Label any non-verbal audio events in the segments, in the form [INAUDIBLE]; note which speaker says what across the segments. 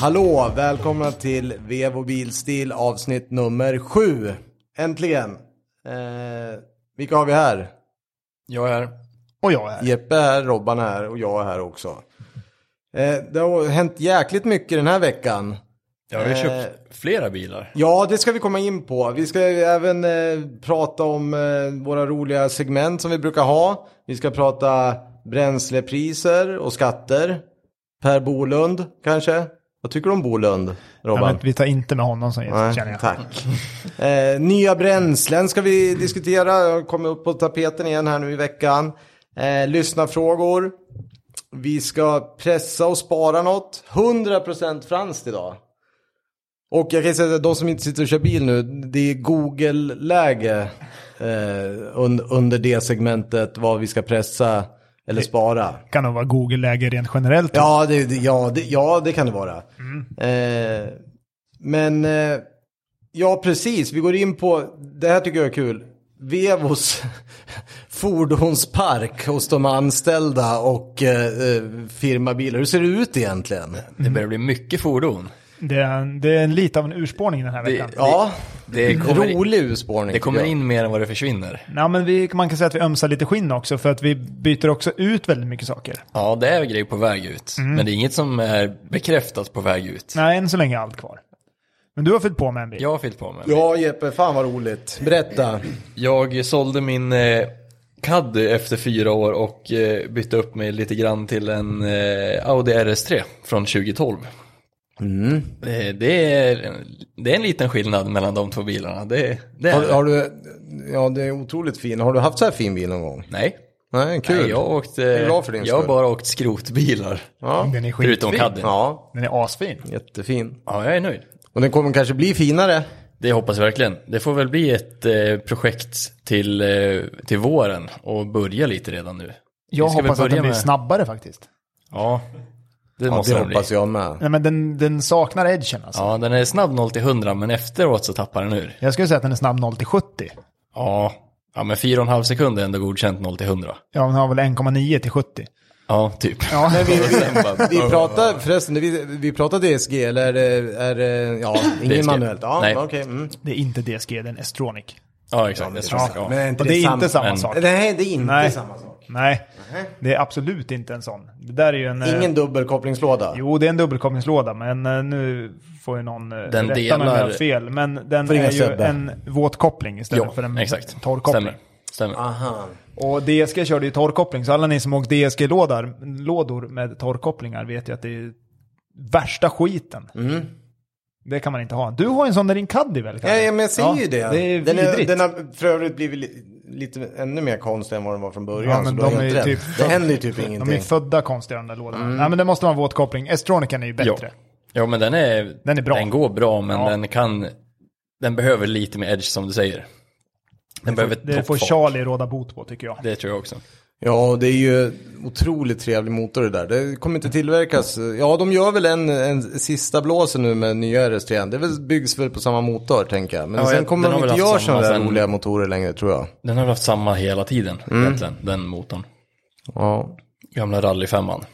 Speaker 1: Hallå! Välkomna till Vev och Bilstil avsnitt nummer sju. Äntligen! Eh, vilka har vi här?
Speaker 2: Jag är
Speaker 3: Och jag är.
Speaker 1: Jeppe är här, Robban är här och jag är här också. Eh, det har hänt jäkligt mycket den här veckan.
Speaker 2: Jag har ju
Speaker 1: Eh.
Speaker 2: köpt flera bilar.
Speaker 1: Ja, det ska vi komma in på. Vi ska även eh, prata om eh, våra roliga segment som vi brukar ha. Vi ska prata bränslepriser och skatter. Per Bolund kanske? Vad tycker du om Bolund,
Speaker 3: Ja,
Speaker 1: Robban?
Speaker 3: men vi tar inte med honom som gäst
Speaker 1: Nej,
Speaker 3: känner jag.
Speaker 1: Tack. Eh, nya bränslen ska vi diskutera. Jag kommer upp på tapeten igen här nu i veckan. Eh, lyssna frågor. Vi ska pressa och spara något. 100% franskt idag. Och jag kan säga att de som inte sitter och kör bil nu, det är Google-läge eh, un- under det segmentet vad vi ska pressa eller spara.
Speaker 3: Kan nog vara Google-läge rent generellt.
Speaker 1: Ja, det, det- ja, det, ja, det kan det vara. Eh, men eh, ja, precis. Vi går in på, det här tycker jag är kul, Vevos [LAUGHS] fordonspark hos de anställda och eh, eh, firmabilar. Hur ser det ut egentligen?
Speaker 2: Det börjar bli mycket fordon.
Speaker 3: Det, är en, det är en, lite av en urspårning den här
Speaker 2: Det,
Speaker 3: veckan.
Speaker 2: det,
Speaker 1: Ja,
Speaker 2: det
Speaker 1: Mm.
Speaker 2: kommer, in,
Speaker 1: rolig urspårning.
Speaker 2: det kommer
Speaker 1: tycker jag.
Speaker 2: in mer än vad det försvinner.
Speaker 3: Nej, men vi, man kan säga att vi ömsar lite skinn också för att vi byter också ut väldigt mycket saker.
Speaker 2: Ja, det är grejer på väg ut.
Speaker 1: Mm.
Speaker 2: Men det är inget som är bekräftat på väg ut.
Speaker 3: Nej, än så länge är allt kvar. Men du har fyllt på med en bil.
Speaker 2: Jag har fyllt på mig.
Speaker 1: Ja, Jeppe, fan vad roligt. Berätta.
Speaker 2: Jag sålde min eh, Caddy efter fyra år och eh, bytte upp mig lite grann till en eh, Audi RS3 från 2012.
Speaker 1: Mm.
Speaker 2: Eh, det, är, det är en liten skillnad mellan de två bilarna. Det, det är,
Speaker 1: Har, har du, ja, det är otroligt fin. Har du haft så här fin bil någon gång?
Speaker 2: Nej.
Speaker 1: Nej, kul.
Speaker 2: Nej, jag har åkt, eh,
Speaker 1: glad för din
Speaker 2: jag har
Speaker 1: skull.
Speaker 2: bara åkt skrotbilar.
Speaker 1: ja.
Speaker 3: Den är skitfin.
Speaker 2: Förutom caddien. Ja.
Speaker 1: ja,
Speaker 3: Den är asfin.
Speaker 1: jättefin.
Speaker 2: jag är nöjd.
Speaker 1: Och den kommer kanske bli finare.
Speaker 2: Det hoppas jag verkligen. Det får väl bli ett eh, projekt till, eh, till våren och börja lite redan nu.
Speaker 3: Jag
Speaker 2: Vi ska väl
Speaker 3: hoppas att
Speaker 2: börja
Speaker 3: den blir
Speaker 2: med-
Speaker 3: snabbare faktiskt.
Speaker 2: Ja, det
Speaker 1: Ja,
Speaker 2: måste
Speaker 1: det
Speaker 2: den bli.
Speaker 1: hoppas jag med.
Speaker 3: Nej, men den, den saknar edgen alltså.
Speaker 2: Ja, den är snabb 0 till 100 men efteråt så tappar den ur.
Speaker 3: Jag skulle säga att den är snabb 0 till 70.
Speaker 2: Ja, ja men 4,5 sekunder är ändå godkänt 0 till 100.
Speaker 3: Ja, den har väl 1,9 till 70.
Speaker 2: Ja, typ.
Speaker 3: [LAUGHS] Ja,
Speaker 1: Men vi,
Speaker 2: Och sen bara-
Speaker 1: vi pratar förresten, vi, vi pratar DSG eller är det, är det ja,
Speaker 3: [LAUGHS]
Speaker 1: ingen
Speaker 2: DSG.
Speaker 1: manuellt? Ja,
Speaker 2: Nej.
Speaker 1: okej. Mm.
Speaker 3: det är inte DSG, den är S-Tronic.
Speaker 2: Ja, exakt. Jag tror
Speaker 3: Ja,
Speaker 2: det. Ja.
Speaker 1: Men
Speaker 3: Och det är inte samma
Speaker 2: men-
Speaker 3: sak.
Speaker 1: Nej, det är inte
Speaker 3: Nej.
Speaker 1: samma sak.
Speaker 3: Nej, det är absolut inte en sån. Det där är ju en... eh,
Speaker 1: Ingen dubbelkopplingslåda.
Speaker 3: Jo, det är en dubbelkopplingslåda, men eh, nu får ju någon eh,
Speaker 2: Den
Speaker 3: rätta mig om jag har
Speaker 2: delar-
Speaker 3: fel. Men den
Speaker 1: Får ringa
Speaker 3: är ju
Speaker 1: Sebbe.
Speaker 3: en våtkoppling istället för en
Speaker 2: Ja, exakt.
Speaker 3: torrkoppling.
Speaker 2: Stämmer. Stämmer.
Speaker 1: Aha.
Speaker 3: Och DSG körde ju torrkoppling, så alla ni som åkt DSG-lådor lådor med torrkopplingar vet ju att det är värsta skiten. Det kan man inte ha. Du har ju en sån där din Caddy väl?
Speaker 1: Mm. Ja,
Speaker 3: Kalle?
Speaker 1: ja, men jag säger ju det.
Speaker 3: Det är
Speaker 1: den, är,
Speaker 3: vidrigt.
Speaker 1: den har för övrigt blivit li, lite ännu mer konstig än vad den var från början. så
Speaker 3: Ja, men
Speaker 1: du har
Speaker 3: de är
Speaker 1: helt
Speaker 3: ju
Speaker 1: rätt.
Speaker 3: typ-
Speaker 1: det händer ju typ
Speaker 3: De är
Speaker 1: ingenting. Mm.
Speaker 3: födda konstiga de där lådorna. Nej, men det måste vara våtkoppling. Estronican är ju
Speaker 2: Ja.
Speaker 3: bättre.
Speaker 2: ja, men den är,
Speaker 3: Den är bra.
Speaker 2: Den går bra, men
Speaker 3: Ja.
Speaker 2: den kan... Den behöver lite mer edge som du säger. Den behöver
Speaker 3: Det får
Speaker 2: toppfart.
Speaker 3: Charlie råda bot på tycker jag.
Speaker 2: Det tror jag också.
Speaker 1: Ja, och det är ju otroligt trevlig motor det där. Det kommer inte tillverkas. Ja, de gör väl en, en sista blåsen nu med nya RS3. Det väl- byggs väl på samma motor, tänker jag. Men
Speaker 2: Ja,
Speaker 1: sen
Speaker 2: jag-
Speaker 1: kommer
Speaker 2: den
Speaker 1: de
Speaker 2: har väl
Speaker 1: inte
Speaker 2: haft
Speaker 1: göra
Speaker 2: samma
Speaker 1: sådana där
Speaker 2: sen-
Speaker 1: roliga motorer längre, tror jag.
Speaker 2: Den har haft samma hela tiden, egentligen, den motorn.
Speaker 1: Ja.
Speaker 2: Gamla rallyfemman.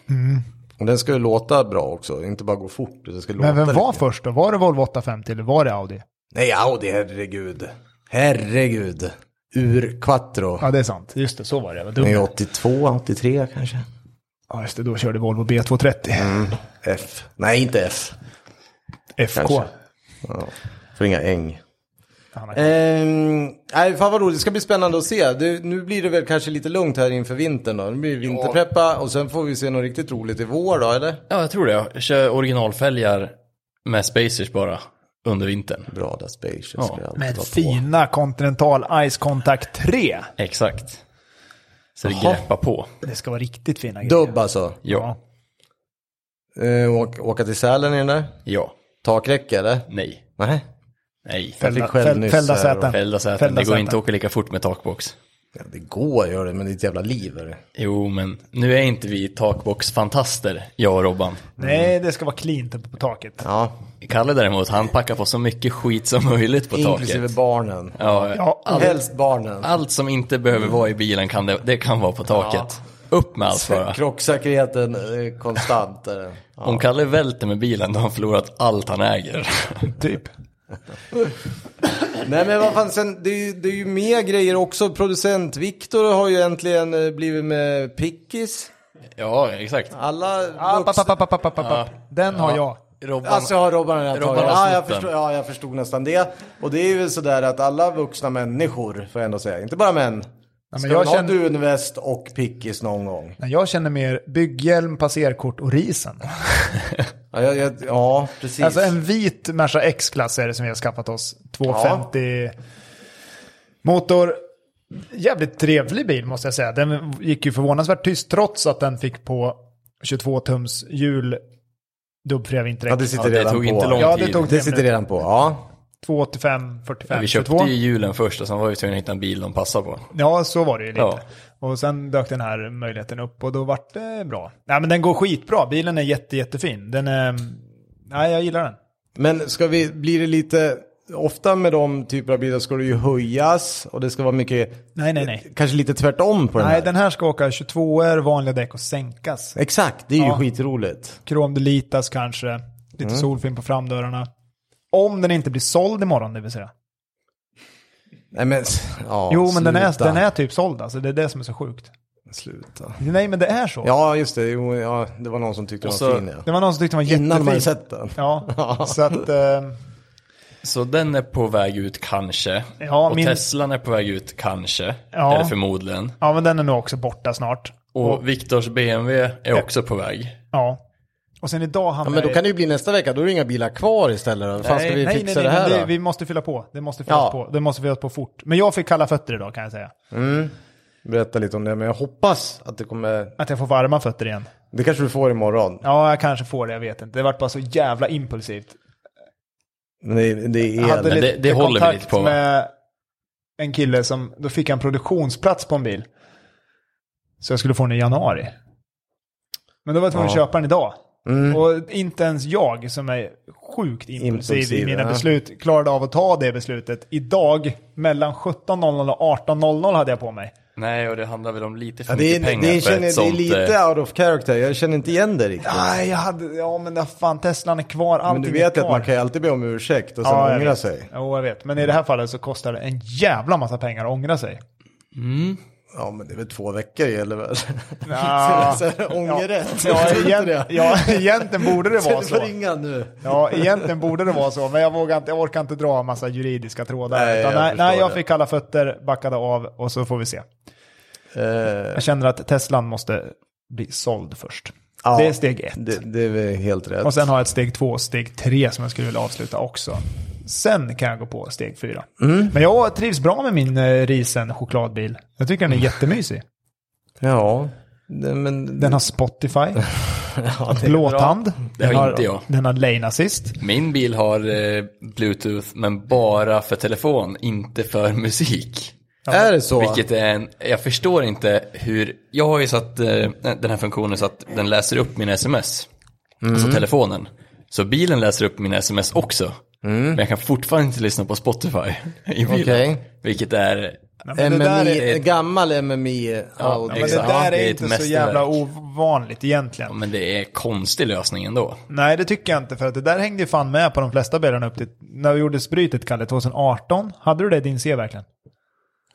Speaker 1: Och den ska ju låta bra också, inte bara gå fort. Den ska låta
Speaker 3: Men vem var
Speaker 1: riktigt.
Speaker 3: först då? Var det Volvo 850 eller var det Audi?
Speaker 1: Nej, Audi, herregud. Herregud. Ur Quattro.
Speaker 3: Ja, det är sant. Just det, så var det. Vad dumt.
Speaker 1: Den är 82, 83 kanske.
Speaker 3: Ja, just det. Då körde Volvo B230.
Speaker 1: F. Nej, inte F.
Speaker 3: FK.
Speaker 1: Kanske. Ja. För inga äng.
Speaker 3: Han har-
Speaker 1: Ehm, nej, fan vad roligt. Det ska bli spännande att se. Det, nu blir det väl kanske lite lugnt här inför vintern då. Nu blir det vinterpreppa och sen får vi se något riktigt roligt i vår då, eller?
Speaker 2: Ja, jag tror det. Jag kör originalfälgar med spacers bara under vintern.
Speaker 1: Bra där, Spacious.
Speaker 2: Ja,
Speaker 1: ska jag alltid
Speaker 3: Med
Speaker 1: vara på.
Speaker 3: fina Continental Ice Contact 3.
Speaker 2: Exakt. Så det
Speaker 1: Jaha.
Speaker 2: greppar på.
Speaker 3: Det ska vara riktigt fina grejer.
Speaker 1: Dubb alltså.
Speaker 2: Ja.
Speaker 1: Ehm, åka, åka till Sälen i den där.
Speaker 2: Ja.
Speaker 1: Takräcke eller?
Speaker 2: Nej.
Speaker 1: Nej.
Speaker 2: Nej.
Speaker 1: Fäll-
Speaker 3: Fällda,
Speaker 1: fick själv
Speaker 3: fäll,
Speaker 1: nyss
Speaker 3: fällda
Speaker 1: här
Speaker 3: säten.
Speaker 2: Fällda säten.
Speaker 3: Fällda
Speaker 2: det går
Speaker 3: säten.
Speaker 2: inte att åka lika fort med takbox.
Speaker 1: Ja, det går gör det, men det är ett jävla liv. Är det.
Speaker 2: Jo, men nu är inte vi takboxfantaster, jag och Robban.
Speaker 3: Nej, det ska vara cleant uppe på taket.
Speaker 1: Ja,
Speaker 2: Kalle däremot, han packar på så mycket skit som möjligt på
Speaker 1: inklusive
Speaker 2: taket.
Speaker 1: barnen.
Speaker 2: Ja,
Speaker 3: Ja,
Speaker 2: allt,
Speaker 1: Helst barnen.
Speaker 2: allt som inte behöver vara i bilen kan det, det kan vara på taket. Upp med allt bara.
Speaker 1: Krocksäkerheten eh, konstant. är det. Ja.
Speaker 2: Om Kalle välter med bilen då har han förlorat allt han
Speaker 3: [LAUGHS]
Speaker 2: äger.
Speaker 3: Typ.
Speaker 1: Nej men vad fan, sen, det, är ju, det är ju mer grejer också. Producent Viktor har ju äntligen eh, blivit med Pickis.
Speaker 2: ja, exakt.
Speaker 3: Ah,
Speaker 1: Alla
Speaker 3: App, app,
Speaker 1: vuxna...
Speaker 3: app, app, app, app, app, app. Den har jag.
Speaker 2: Robban,
Speaker 1: Alltså har Robban redan
Speaker 2: Robban
Speaker 1: tagit
Speaker 2: har
Speaker 1: ja,
Speaker 2: snott
Speaker 1: jag
Speaker 2: den.
Speaker 1: förstod, ja, jag förstod nästan det. Och det är ju sådär att alla vuxna människor, får jag ändå säga, inte bara män.
Speaker 3: men
Speaker 1: Ska
Speaker 3: jag
Speaker 1: man ha
Speaker 3: känner-
Speaker 1: dunväst och pickis någon gång?
Speaker 3: Nej, Jag känner mer bygghjälm, passerkort och risen.
Speaker 1: Ja, jag, jag, ja precis.
Speaker 3: Alltså en vit Merca X-klass är det som vi har skaffat oss. 250 motor. Jävligt trevlig bil måste jag säga. Den gick ju förvånansvärt tyst trots att den fick på 22 tums hjul dubbfria vinterdäck.
Speaker 1: ja, det sitter
Speaker 2: Ja, det
Speaker 1: redan
Speaker 2: tog
Speaker 1: på.
Speaker 2: inte lång
Speaker 3: Ja, det
Speaker 2: tid.
Speaker 3: tog
Speaker 1: Det sitter redan på, ja.
Speaker 3: 285, 45,
Speaker 2: vi köpte
Speaker 3: 22.
Speaker 2: ju hjulen först och sen var vi tvungna att hitta en bil de passar på.
Speaker 3: Ja, så var det ju lite.
Speaker 2: Ja.
Speaker 3: Och sen dök den här möjligheten upp och då vart det bra. Nej, men den går skitbra. Bilen är jätte, jättefin. Den är... Nej, jag gillar den.
Speaker 1: Men ska vi, blir det lite, ofta med de typer av bilar ska det ju höjas och det ska vara mycket,
Speaker 3: Nej, nej, nej.
Speaker 1: kanske lite tvärtom på den
Speaker 3: Nej,
Speaker 1: här.
Speaker 3: den här ska åka 22 vanliga däck och sänkas.
Speaker 1: Exakt, det är ju
Speaker 3: Ja.
Speaker 1: skitroligt.
Speaker 3: Kromdelitas kanske. Lite
Speaker 1: Mm.
Speaker 3: solfilm på framdörrarna. Om den inte blir såld imorgon, det vill säga.
Speaker 1: Nej men, ja,
Speaker 3: jo, men den är,
Speaker 1: sluta.
Speaker 3: den är typ såld alltså. Det är det som är så sjukt.
Speaker 1: Sluta.
Speaker 3: Nej, men det är så.
Speaker 1: Ja, just det. Jo, ja, det var någon som tyckte
Speaker 2: Och
Speaker 1: den
Speaker 2: så-
Speaker 1: var fin. Ja.
Speaker 3: Det var någon som tyckte den var jättefin.
Speaker 1: Innan man hade sett den. [LAUGHS]
Speaker 3: Ja, så att... Eh,
Speaker 2: Så den är på väg ut kanske.
Speaker 3: Ja,
Speaker 2: och
Speaker 3: min-
Speaker 2: Teslan är på väg ut kanske.
Speaker 3: Ja.
Speaker 2: Eller förmodligen.
Speaker 3: ja, men den är nog också borta snart.
Speaker 2: Och Viktors BMW är också på väg.
Speaker 3: Ja. Och sen idag
Speaker 1: Ja,
Speaker 3: hamnade
Speaker 1: men då
Speaker 3: jag i-
Speaker 1: kan det ju bli nästa vecka, då är det inga bilar kvar istället. Hur fan ska vi
Speaker 3: nej,
Speaker 1: fixa
Speaker 3: nej, nej,
Speaker 1: det här
Speaker 3: men
Speaker 1: då?
Speaker 3: Vi måste fylla på. Det måste fyllas
Speaker 1: Ja.
Speaker 3: på. Det måste fyllas på fort. Men jag fick kalla fötter idag kan jag säga.
Speaker 1: Berätta lite om det, men jag hoppas att det kommer...
Speaker 3: Att jag får varma fötter igen.
Speaker 1: Det kanske du får imorgon.
Speaker 3: Ja, jag kanske får det. Jag vet inte. Det vart bara så jävla impulsivt.
Speaker 1: Men det, det
Speaker 3: Jag
Speaker 1: är...
Speaker 3: hade
Speaker 2: Men
Speaker 3: lite
Speaker 2: det- det håller vi
Speaker 3: kontakt
Speaker 2: lite på, va?
Speaker 3: med en kille som, då fick jag en produktionsplats på en bil. Så jag skulle få den i januari. Men då var jag tvungen att
Speaker 1: Ja.
Speaker 3: köpa den idag.
Speaker 1: Mm.
Speaker 3: Och inte ens jag som är sjukt impulsiv,
Speaker 1: Impulsiv,
Speaker 3: i mina
Speaker 1: ja.
Speaker 3: beslut klarade av att ta det beslutet. Idag mellan 17.00 och 18.00 hade jag på mig.
Speaker 2: Nej, och det handlar väl om lite för
Speaker 1: Ja, det, är,
Speaker 2: mycket
Speaker 1: det,
Speaker 2: pengar
Speaker 1: är-
Speaker 2: för
Speaker 1: känner,
Speaker 2: ett
Speaker 1: det är
Speaker 2: sånt... eh,
Speaker 1: lite out of character, jag känner inte igen det riktigt.
Speaker 3: Nej, jag hade, ja men vad fan, Teslan är kvar,
Speaker 1: Men
Speaker 3: allting
Speaker 1: du vet
Speaker 3: är
Speaker 1: ju
Speaker 3: kvar.
Speaker 1: att man kan ju alltid be om ursäkt och sen
Speaker 3: Ja, jag
Speaker 1: ångra
Speaker 3: vet.
Speaker 1: sig.
Speaker 3: Jo, jag vet. Men i det här fallet så kostar det en jävla massa pengar att ångra sig.
Speaker 1: Ja, men det är väl två veckor gäller [LAUGHS] väl?
Speaker 3: Nja.
Speaker 1: Så- så- Ångerrätt.
Speaker 3: Ja,
Speaker 1: alltså, Tror du inte
Speaker 3: egent,
Speaker 1: det?
Speaker 3: ja, egentligen
Speaker 1: [LAUGHS]
Speaker 3: borde det vara
Speaker 1: Sen får
Speaker 3: så.
Speaker 1: ringa nu.
Speaker 3: Ja, egentligen borde det vara så, men jag, vågar inte, jag orkar inte dra en massa juridiska
Speaker 1: Nej,
Speaker 3: trådar. Nej, utan,
Speaker 1: jag
Speaker 3: jag, nej,
Speaker 1: förstår
Speaker 3: nej, jag
Speaker 1: det.
Speaker 3: fick kalla fötter, backade av och så får vi se.
Speaker 1: Eh,
Speaker 3: Jag känner att Teslan måste bli såld först.
Speaker 1: Ja.
Speaker 3: det är steg ett.
Speaker 1: Det, det är väl helt rätt.
Speaker 3: Och sen har jag ett steg två och steg tre som jag skulle vilja avsluta också. Sen kan jag gå på steg fyra.
Speaker 1: Mm.
Speaker 3: Men jag trivs bra med min eh, risen chokladbil. Jag tycker
Speaker 1: Mm.
Speaker 3: den är jättemysig.
Speaker 1: Ja, det, men...
Speaker 3: Den
Speaker 2: [LAUGHS]
Speaker 3: har Spotify,
Speaker 1: ja, det,
Speaker 3: blåtand.
Speaker 2: Det har
Speaker 3: den
Speaker 2: inte jag.
Speaker 3: Den har lane assist.
Speaker 2: Min bil har eh, bluetooth, men bara för telefon, inte för musik.
Speaker 1: är det så?
Speaker 2: Vilket är en, jag förstår inte hur, jag har ju satt eh, den här funktionen så att den läser upp mina sms.
Speaker 1: Mm.
Speaker 2: Alltså telefonen. Så bilen läser upp mina sms också.
Speaker 1: Mm.
Speaker 2: Men jag kan fortfarande inte lyssna på Spotify [LAUGHS] i bilen.
Speaker 1: Okej.
Speaker 2: Vilket är,
Speaker 3: Men det där
Speaker 1: MMI,
Speaker 3: är-
Speaker 1: en gammal MMI
Speaker 2: men
Speaker 1: Audi.
Speaker 2: det
Speaker 3: Men det
Speaker 2: Exakt.
Speaker 3: där
Speaker 2: Det
Speaker 3: är
Speaker 2: är
Speaker 3: inte
Speaker 2: ett
Speaker 3: så jävla
Speaker 2: mästerverk.
Speaker 3: ovanligt egentligen.
Speaker 2: men det är konstig lösning ändå.
Speaker 3: Nej, det tycker jag inte. För att det där hängde ju fan med på de flesta bilarna upp till... När vi gjorde brytet, Kalle, 2018. Hade du det i din C verkligen?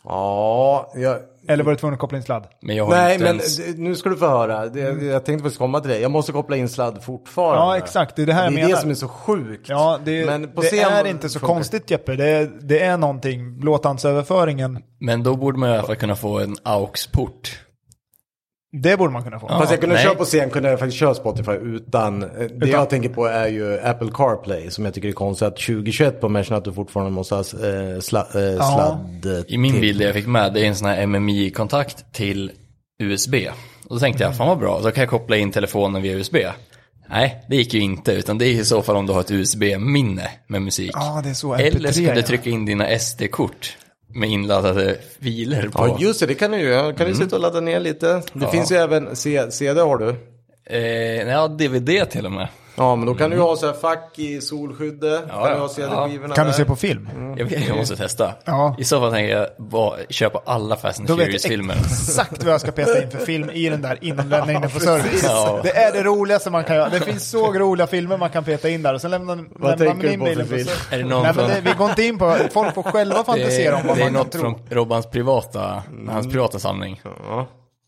Speaker 1: Ja, jag...
Speaker 3: Eller var du tvungen att koppla in sladd?
Speaker 2: Men jag har
Speaker 1: Nej,
Speaker 2: inte
Speaker 1: men
Speaker 2: ens,
Speaker 1: d- nu ska du få höra. Det, jag tänkte faktiskt komma till dig. Jag måste koppla in sladd fortfarande.
Speaker 3: Ja, exakt. Det är det här jag
Speaker 1: det är
Speaker 3: menar.
Speaker 1: det som är så sjukt.
Speaker 3: Ja, det,
Speaker 1: Men på
Speaker 3: det
Speaker 1: scen-
Speaker 3: är inte så
Speaker 1: funkar-
Speaker 3: konstigt Jeppe. Det, är- det är någonting, blåtandsöverföringen,
Speaker 2: men då borde man i alla fall kunna få en aux-port.
Speaker 3: det borde man kunna få.
Speaker 2: Ja.
Speaker 1: Fast jag kunde
Speaker 2: nej.
Speaker 1: köra på scen kunde jag faktiskt köra Spotify utan. eh, Det jag tänker på är ju Apple CarPlay som jag tycker är konstigt att 2021 på Mersen att du fortfarande måste ha eh, sla, eh, sladd.
Speaker 2: I min bil det jag fick med, det är en sån här MMI-kontakt till USB. Och då tänkte jag, fan vad bra, då kan jag koppla in telefonen via USB. Nej, det gick ju inte, utan det är i så fall om du har ett USB-minne med musik.
Speaker 3: Ja, det är så. MP3,
Speaker 2: Eller ska du
Speaker 3: ja.
Speaker 2: trycka in dina SD-kort med inladdade filer på.
Speaker 1: Ja just det, det kan du ju. Kan du sitta och ladda ner lite. Det finns ju även C, CD har du.
Speaker 2: eh, nej, ja, DVD till och med.
Speaker 1: Ja, men då kan du ha så här fack i solskydde.
Speaker 2: Ja,
Speaker 1: kan du
Speaker 2: ja.
Speaker 1: ha CD-skivorna
Speaker 3: Kan du
Speaker 1: där.
Speaker 3: se på film?
Speaker 1: Mm.
Speaker 2: Jag, jag måste testa.
Speaker 3: Ja.
Speaker 2: I så fall tänker jag bara köpa alla Fast and
Speaker 3: Då vet jag
Speaker 2: Furious-filmer.
Speaker 3: exakt vad jag ska peta in för film i den där innan den lämnar in den på service.
Speaker 2: Ja.
Speaker 3: Det är det roligaste man kan göra. Det finns så roliga filmer man kan peta in där och sen lämnar, lämnar
Speaker 1: tänker
Speaker 3: man
Speaker 1: du
Speaker 3: in
Speaker 1: på
Speaker 3: bilen
Speaker 1: för
Speaker 3: på
Speaker 1: film?
Speaker 3: service.
Speaker 2: Är det någon
Speaker 3: Nej,
Speaker 2: från...
Speaker 3: men det, vi går inte in på, folk får själva
Speaker 2: det
Speaker 3: fantisera om
Speaker 2: är,
Speaker 3: vad
Speaker 2: det är
Speaker 3: man Mm. kan
Speaker 2: något
Speaker 3: tro.
Speaker 2: från Robbans privata, hans privata samling.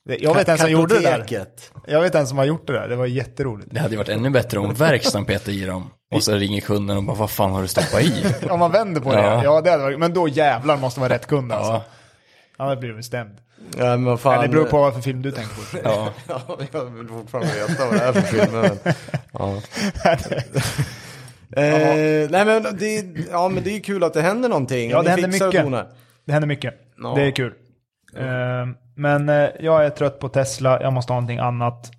Speaker 3: Det- Jag vet en som gjorde det där.
Speaker 1: Kartoteket.
Speaker 3: Jag vet en som har gjort det där, det var jätteroligt.
Speaker 2: Det hade ju varit ännu bättre om verkstaden petade i dem. Och så ringer kunden och bara, vad fan har du stoppat i?
Speaker 3: Om man vänder på det,
Speaker 2: Ja.
Speaker 3: ja, det hade varit, men då jävlar måste man vara rätt kund alltså.
Speaker 2: Ja,
Speaker 3: Annars blir du bestämd.
Speaker 1: Ja, men vad fan.
Speaker 3: Det beror på vad för film du tänker på.
Speaker 2: ja.
Speaker 1: [LAUGHS] Ja, jag vill fortfarande veta vad det är för filmer.
Speaker 3: [LAUGHS]
Speaker 1: Men... Ja. eh, nej men det, ja men det är ju kul att det händer någonting.
Speaker 3: Ja,
Speaker 1: Ni
Speaker 3: det händer
Speaker 1: fixar och
Speaker 3: mycket.
Speaker 1: donar.
Speaker 3: Det händer mycket.
Speaker 1: Ja.
Speaker 3: Det är kul. Ehm, men eh, jag är trött på Tesla, jag måste ha någonting annat.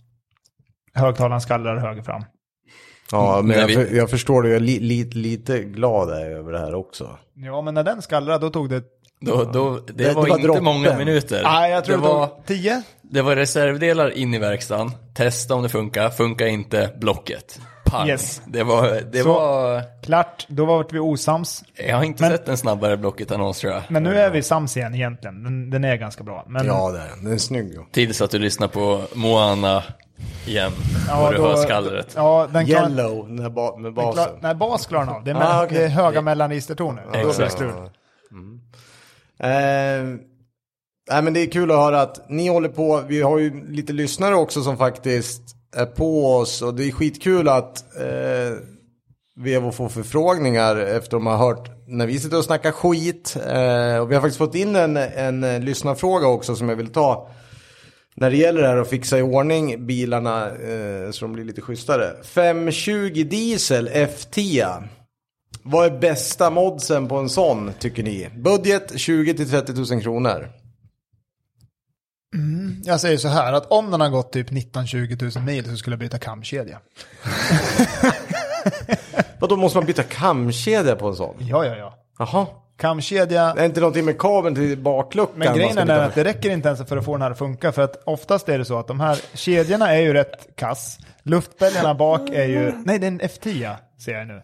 Speaker 3: Högtalaren skallar höger fram.
Speaker 1: Ja, men
Speaker 2: Nej,
Speaker 1: jag,
Speaker 2: vi-
Speaker 1: för, jag förstår det. Jag är li, li, lite glad är jag över det här också.
Speaker 3: Ja, men när den skallrade då tog det...
Speaker 2: Då, då, det,
Speaker 1: Det- det
Speaker 2: var,
Speaker 1: var
Speaker 2: inte
Speaker 1: droppen.
Speaker 2: många minuter.
Speaker 3: Nej, jag tror
Speaker 2: det, var,
Speaker 3: tog 10.
Speaker 2: det var reservdelar in i verkstaden, testa om det funkar, funkar inte, blocket. Pang.
Speaker 3: Yes.
Speaker 2: Det var, det
Speaker 3: Så-
Speaker 2: var,
Speaker 3: Klart, då vart vi osams.
Speaker 2: jag har inte
Speaker 3: Men-
Speaker 2: sett en snabbare blocket-annons tror jag.
Speaker 3: Men nu är vi sams igen egentligen. Den, den är ganska bra. Men,
Speaker 1: Ja, det är den. Den är snygg. ja.
Speaker 2: Tills att du lyssnar på Moana igen,
Speaker 3: Ja,
Speaker 2: och du
Speaker 3: då-
Speaker 2: hör skallret.
Speaker 3: Ja, den klarar-
Speaker 1: Yellow, den här ba, med
Speaker 3: den
Speaker 1: basen.
Speaker 3: klarar- Nej, bas klarar den av. Det är,
Speaker 1: Ah,
Speaker 3: mell-
Speaker 1: okej.
Speaker 3: det är höga mellanregistertoner. Då blir det
Speaker 2: Exakt.
Speaker 3: strul.
Speaker 1: Eh, nej, men det är kul att höra att ni håller på. Vi har ju lite lyssnare också som faktiskt är på oss och det är skitkul att eh, Vevo får förfrågningar efter de har hört när vi sitter och snackar skit. Eh, och vi har faktiskt fått in en, en eh, lyssnarfråga också som jag vill ta. När det gäller det här att fixa i ordning bilarna eh, så de blir lite schysstare. 520 diesel F10. Vad är bästa modsen på en sån tycker ni? Budget 20 till 30 000 kronor.
Speaker 3: Jag säger så här att om den har gått typ 19-20 000 mil så skulle jag byta kamkedja.
Speaker 1: Vad då måste man byta kamkedja på en sån?
Speaker 3: Ja, ja, ja.
Speaker 1: Jaha.
Speaker 3: Kamkedja.
Speaker 1: Det är inte någonting med kabeln till bakluckan?
Speaker 3: Men grejen
Speaker 1: man ska
Speaker 3: är den
Speaker 1: byta
Speaker 3: att det räcker inte ens för att få den här att funka. För att oftast är det så att de här kedjorna är ju rätt kass. Luftbälgarna bak är ju... Nej, det är en F10 ser jag nu.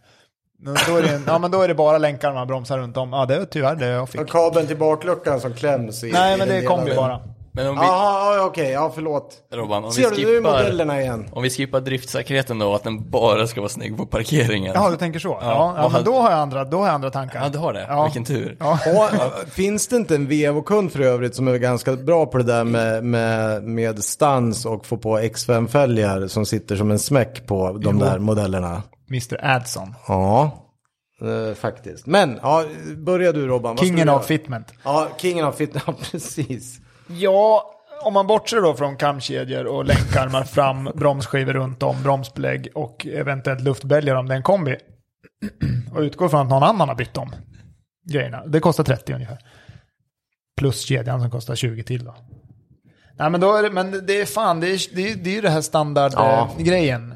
Speaker 3: Men Då är det, en, ja, men då är det bara länkarna man bromsar runt om. Ja, det är tyvärr det jag fick.
Speaker 1: med? Kabeln till bakluckan som kläms i...
Speaker 3: Nej,
Speaker 1: i
Speaker 3: men
Speaker 1: den
Speaker 3: det kom ju
Speaker 1: delen.
Speaker 3: bara.
Speaker 2: Men om vi,
Speaker 1: Jaha, ja, okej, ja förlåt.
Speaker 2: Robban, om vi
Speaker 1: Ser du, nu är
Speaker 2: skippar,
Speaker 1: modellerna igen.
Speaker 2: om vi skippar driftsäkerheten då, att den bara ska vara snygg på parkeringen.
Speaker 3: Jaha, du tänker så? Ja, ja,
Speaker 2: vad
Speaker 3: men
Speaker 2: hade-
Speaker 3: då har jag andra, då har jag andra tankar.
Speaker 2: Ja, du har det.
Speaker 3: Ja.
Speaker 2: Vilken tur.
Speaker 3: Ja.
Speaker 1: Ja, eh, finns det inte en Vevo-kund för övrigt som är ganska bra på det där med, med, med stans och få på X5-fälgar som sitter som en smäck på de där modellerna?
Speaker 3: Mr. Adson.
Speaker 1: Ja, eh, faktiskt. Men, ja, börja du Robban. Vad ska
Speaker 3: Kingen
Speaker 1: du
Speaker 3: av
Speaker 1: göra?
Speaker 3: fitment.
Speaker 1: Ja, kingen av fit. [LAUGHS] Ja, precis.
Speaker 3: Ja, om man bortser då från kamkedjor och länkarmar [LAUGHS] fram, bromsskivor runt om, bromsbelägg och eventuellt luftbälgar om det är en kombi. Och utgår från att någon annan har bytt om grejerna. Det kostar 30 ungefär. Plus kedjan som kostar 20 till då. Nej men då är det, men det är fan, det är, det är, det är ju det här
Speaker 1: Ja.
Speaker 3: standardgrejen. grejen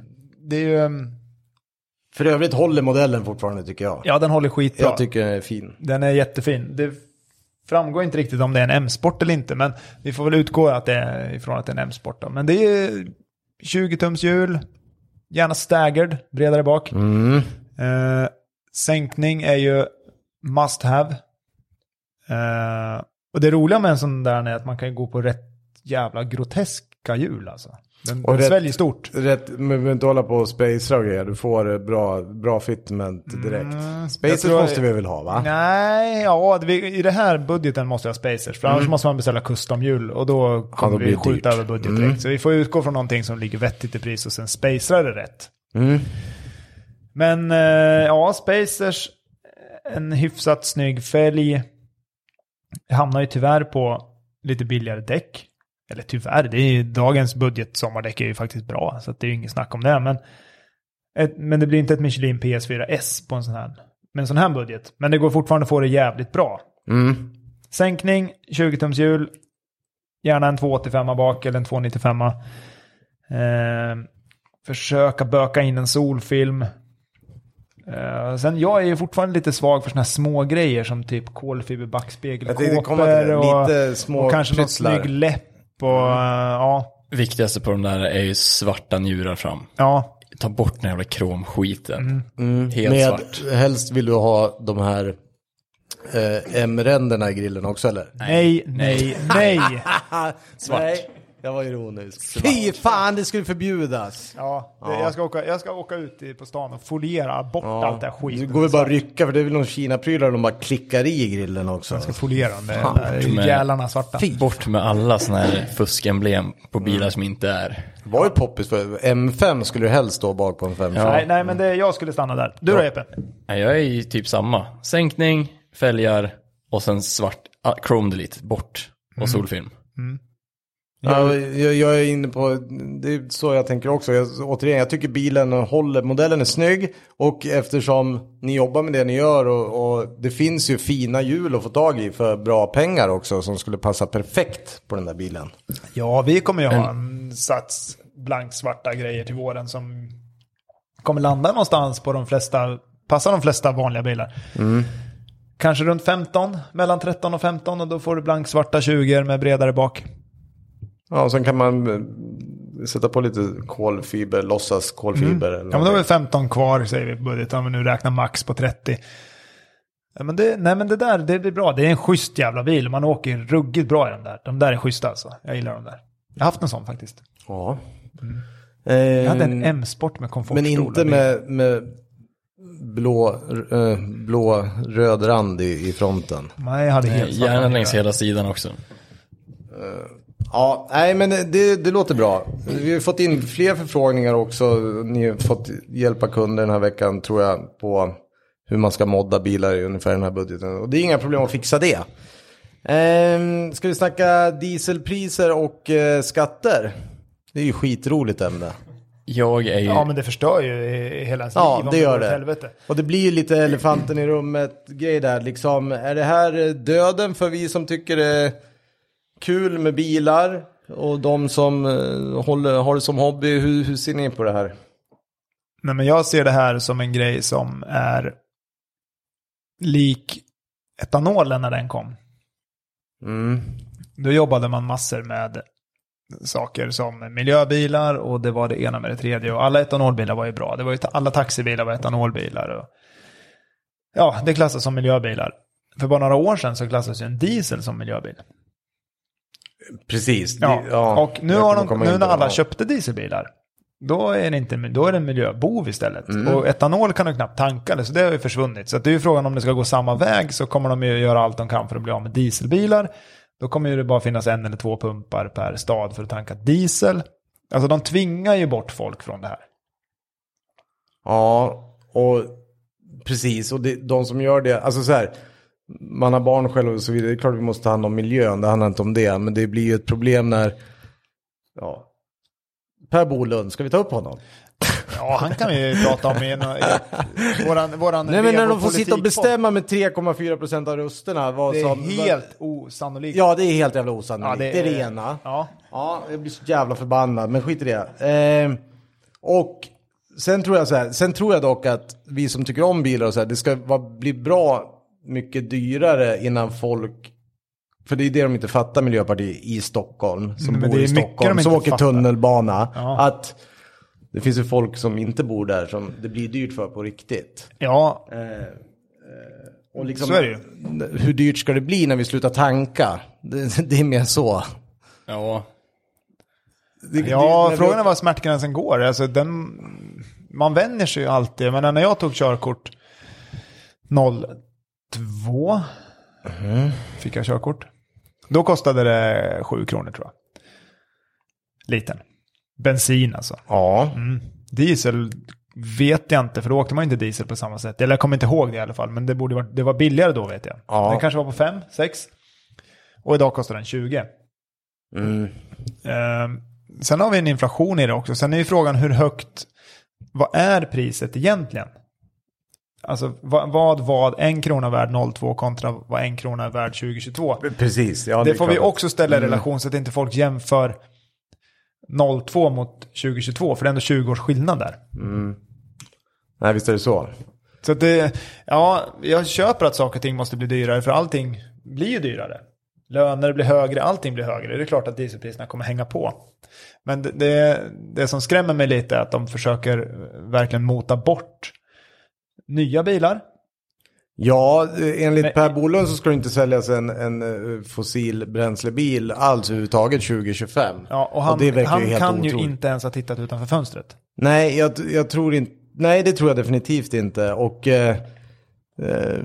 Speaker 3: det är ju, ehm,
Speaker 1: För övrigt håller modellen fortfarande tycker jag.
Speaker 3: ja den håller skitbra.
Speaker 1: Jag tycker den är fin.
Speaker 3: Den är jättefin. Det framgår inte riktigt om det är en M-sport eller inte, men vi får väl utgå att det är, ifrån att det är en M-sport. Då. Men det är 20-tums hjul, gärna staggered, bredare bak.
Speaker 1: Mm.
Speaker 3: Eh, sänkning är ju must have. Eh, och det roliga med en sån där är att man kan ju gå på rätt jävla groteska hjul alltså. Den,
Speaker 1: Och
Speaker 3: den
Speaker 1: rätt-
Speaker 3: sväljer stort.
Speaker 1: Rätt, men vi behöver inte hålla på och spacea och grejer. Du får eh, bra, bra fitment direkt.
Speaker 3: Mm, jag
Speaker 1: Spacers
Speaker 3: tror-
Speaker 1: måste vi väl ha va?
Speaker 3: Nej, ja, det- vi, i den här budgeten måste jag ha spacers. För
Speaker 1: Mm.
Speaker 3: annars måste man beställa custom-hjul och då kommer
Speaker 1: då blir
Speaker 3: vi
Speaker 1: det
Speaker 3: skjuta
Speaker 1: dyrt. Mm.
Speaker 3: över budget direkt. Så vi får utgå från någonting som ligger vettigt i pris och sen spacera det rätt.
Speaker 1: Mm.
Speaker 3: Men eh, ja, spacers, eh, en hyfsat snygg fälg. Jag hamnar ju tyvärr på lite billigare däck. Eller tyvärr, det är ju, dagens budget sommardäck är ju faktiskt bra. Så att det är ju inget snack om det. Men, ett, men det blir inte ett Michelin PS4 S på en sån här, med en sån här budget. Men det går fortfarande att få det jävligt bra.
Speaker 1: Mm.
Speaker 3: Sänkning, 20-tums hjul. Gärna en 285 bak eller en 295. Eh, försöka böka in en solfilm. Eh, sen jag är ju fortfarande lite svag för såna här små grejer som typ kolfiber
Speaker 1: Jag tänkte komma till
Speaker 3: backspegelkåpor
Speaker 1: det.
Speaker 3: och,
Speaker 1: Lite små Mm.
Speaker 3: och kanske någon
Speaker 1: pryttlar.
Speaker 3: snygg läpp och eh, ja,
Speaker 2: Viktigaste på de där är ju svarta njurar fram.
Speaker 3: ja.
Speaker 2: Ta bort den jävla kromskiten.
Speaker 3: Mm.
Speaker 2: Helt
Speaker 4: Med,
Speaker 2: svart.
Speaker 4: helst vill du ha de här eh, M-ränderna i grillen också eller?
Speaker 3: Nej, nej, nej.
Speaker 1: [LAUGHS]
Speaker 3: [LAUGHS]
Speaker 1: Svart. Nej, jag var ironisk. Fy fan, det skulle förbjudas.
Speaker 3: Ja, det, Jag, ska åka, jag ska åka ut i- på stan och foliera bort allt det här
Speaker 1: Du
Speaker 3: skiten.
Speaker 1: går väl bara att rycka för det är väl någon Kina-prylar de bara klickar i grillen också.
Speaker 3: Jag ska foliera de där
Speaker 2: med-
Speaker 3: jälarna svarta.
Speaker 2: Bort med alla sådana här fuskenblem på bilar som inte är.
Speaker 4: Det var ju poppis för M5 skulle du helst stå bak på en 5.
Speaker 2: Ja.
Speaker 3: Nej, nej, men det, jag skulle stanna där. Du då Jeppe?
Speaker 2: Nej, jag är ju typ samma. Sänkning, fälgar och sen svart, ah, chrome delete, bort
Speaker 3: Mm.
Speaker 2: och solfilm.
Speaker 4: Ja,
Speaker 1: Ja, jag, jag är inne på, det är så jag tänker också. Jag, återigen, jag tycker bilen håller, modellen är snygg och eftersom ni jobbar med det ni gör och, och det finns ju fina hjul att få tag i för bra pengar också som skulle passa perfekt på den där bilen.
Speaker 3: Ja, vi kommer ju ha en sats blanksvarta grejer till våren som kommer landa någonstans på de flesta, passar de flesta vanliga bilar. Kanske runt 15, mellan 13 och 15 och då får du blanksvarta 20 med bredare bak.
Speaker 1: Ja, och sen kan man eh, sätta på lite kolfiber, låtsas kolfiber. Eller
Speaker 3: Ja, men då har vi
Speaker 1: någonting.
Speaker 3: 15 kvar säger vi på budgeten om vi nu räknar max på 30. Ja, men det, nej men det där, det blir bra. Det är en schysst jävla bil. Man åker ruggigt bra i den där. De där är schyssta alltså. Jag gillar de där. Jag har haft en sån faktiskt.
Speaker 1: ja.
Speaker 3: Jag hade en
Speaker 1: Eh,
Speaker 3: M-sport med komfortstol.
Speaker 4: men inte
Speaker 3: där.
Speaker 4: med, med blå, eh, blå röd rand i, i fronten.
Speaker 3: Nej, jag hade helt svart.
Speaker 2: Gärna längs hela sidan också.
Speaker 1: Ja, nej men det, det låter bra. Vi har fått in fler förfrågningar också. Ni har fått hjälpa kunder den här veckan tror jag på hur man ska modda bilar i ungefär den här budgeten. Och det är inga problem att fixa det. Ehm, ska vi snacka dieselpriser och eh, skatter? Det är ju skitroligt ämne.
Speaker 2: Jag är ju...
Speaker 3: Ja, men det förstör ju i- i hela ens liv
Speaker 1: Ja,
Speaker 3: om
Speaker 1: det gör
Speaker 3: går åt
Speaker 1: det.
Speaker 3: Helvete.
Speaker 1: Och det blir ju lite elefanten i rummet grej där liksom. Är det här eh, döden för vi som tycker det är kul med bilar? Och de som eh, håller, har det som hobby, hur, hur ser ni på det här?
Speaker 3: Nej, men jag ser det här som en grej som är lik etanolen när den kom.
Speaker 1: Mm.
Speaker 3: Då jobbade man massor med saker som miljöbilar och det var det ena med det tredje. Och alla etanolbilar var ju bra. Det var ju ta- alla taxibilar var etanolbilar. Och ja, det klassas som miljöbilar. För bara några år sedan så klassades ju en diesel som miljöbil.
Speaker 1: Precis.
Speaker 3: Ja.
Speaker 1: Det- ja,
Speaker 3: och nu,
Speaker 1: jag
Speaker 3: har
Speaker 1: kommer
Speaker 3: de,
Speaker 1: komma
Speaker 3: nu
Speaker 1: in på
Speaker 3: när
Speaker 1: det.
Speaker 3: alla
Speaker 1: Ja.
Speaker 3: köpte dieselbilar, då är, det inte, då är det en miljöbov istället.
Speaker 1: Mm.
Speaker 3: Och etanol kan du knappt tanka, eller, så det har ju försvunnit. Så att det är ju frågan om det ska gå samma väg, så kommer de ju göra allt de kan för att bli av med dieselbilar. Då kommer ju det bara finnas en eller två pumpar per stad för att tanka diesel. Alltså de tvingar ju bort folk från det här.
Speaker 1: Ja, och precis. Och det, de som gör det, alltså så här, man har barn själv och så vidare. Det är klart vi måste ta hand om miljön, det handlar inte om det. Men det blir ju ett problem när, ja, Per Bolund, ska vi ta upp honom?
Speaker 3: Ja, han kan vi ju
Speaker 1: [LAUGHS]
Speaker 3: prata om i en... i Våran, våran
Speaker 1: Nej men när de får
Speaker 3: Vevo-politikpodd.
Speaker 1: sitta och bestämma med 3,4 procent av rösterna. Vad
Speaker 3: Det är
Speaker 1: som,
Speaker 3: helt osannolikt.
Speaker 1: Ja det är helt jävla osannolikt. det, är det ena.
Speaker 3: Ja.
Speaker 1: Ja, jag blir så jävla förbannad, men skit i det. Eh, och sen tror jag så här, sen tror jag dock att vi som tycker om bilar och så här, det ska vara, bli bra mycket dyrare innan folk för det är det de inte fattar, Miljöpartiet i Stockholm, som
Speaker 3: Mm, men
Speaker 1: bor
Speaker 3: det
Speaker 1: i
Speaker 3: är mycket
Speaker 1: Stockholm,
Speaker 3: de
Speaker 1: som
Speaker 3: inte
Speaker 1: åker
Speaker 3: fattar.
Speaker 1: tunnelbana.
Speaker 3: Ja.
Speaker 1: Att det finns ju folk som inte bor där som det blir dyrt för på riktigt.
Speaker 3: ja,
Speaker 1: Eh, Och liksom,
Speaker 3: Så är det ju.
Speaker 1: Hur dyrt ska det bli när vi slutar tanka? Det, [LAUGHS] det är mer så.
Speaker 2: Ja.
Speaker 1: Det,
Speaker 3: Ja,
Speaker 1: det- när
Speaker 3: frågan
Speaker 1: vi-
Speaker 3: är var smärtgränsen går. Alltså, den, man vänjer sig ju alltid. Men när jag tog körkort 02
Speaker 1: Mhm.
Speaker 3: fick jag körkort. Då kostade det 7 kronor tror jag. Liten. Bensin alltså.
Speaker 1: Ja,
Speaker 3: Mm. Diesel vet jag inte, för då åkte man ju inte diesel på samma sätt. Eller jag kommer inte ihåg det i alla fall, men det, borde varit, det var billigare då vet jag.
Speaker 1: Ja.
Speaker 3: Den kanske var på 5, 6. Och idag kostar den 20.
Speaker 1: Mm.
Speaker 3: Ehm, sen har vi en inflation i det också. Sen är ju frågan hur högt, vad är priset egentligen? Alltså vad, vad var en krona värd 02 kontra vad en krona är värd 2022?
Speaker 1: precis. Ja,
Speaker 3: det,
Speaker 1: är
Speaker 3: får vi
Speaker 1: klart. Mm.
Speaker 3: också ställa i relation så att inte folk jämför 02 mot 2022, för det är ändå 20 års skillnad där.
Speaker 1: Nej, visst är det så.
Speaker 3: Så att det, ja, jag köper att saker och ting måste bli dyrare, för allting blir ju dyrare. Löner blir högre, allting blir högre. Det är klart att dieselpriserna kommer hänga på. Men det, det, det som skrämmer mig lite är att de försöker verkligen mota bort nya bilar.
Speaker 1: Ja, eh, enligt
Speaker 3: Men-
Speaker 1: Per Bolund så ska det inte säljas en, en eh, fossilbränslebil alls överhuvudtaget 2025.
Speaker 3: Ja, och han,
Speaker 1: det verkar ju
Speaker 3: han
Speaker 1: helt
Speaker 3: kan ju
Speaker 1: otroligt.
Speaker 3: inte ens ha tittat utanför fönstret.
Speaker 1: Nej, jag, jag tror inte. Nej, det tror jag definitivt inte. Och eh, eh,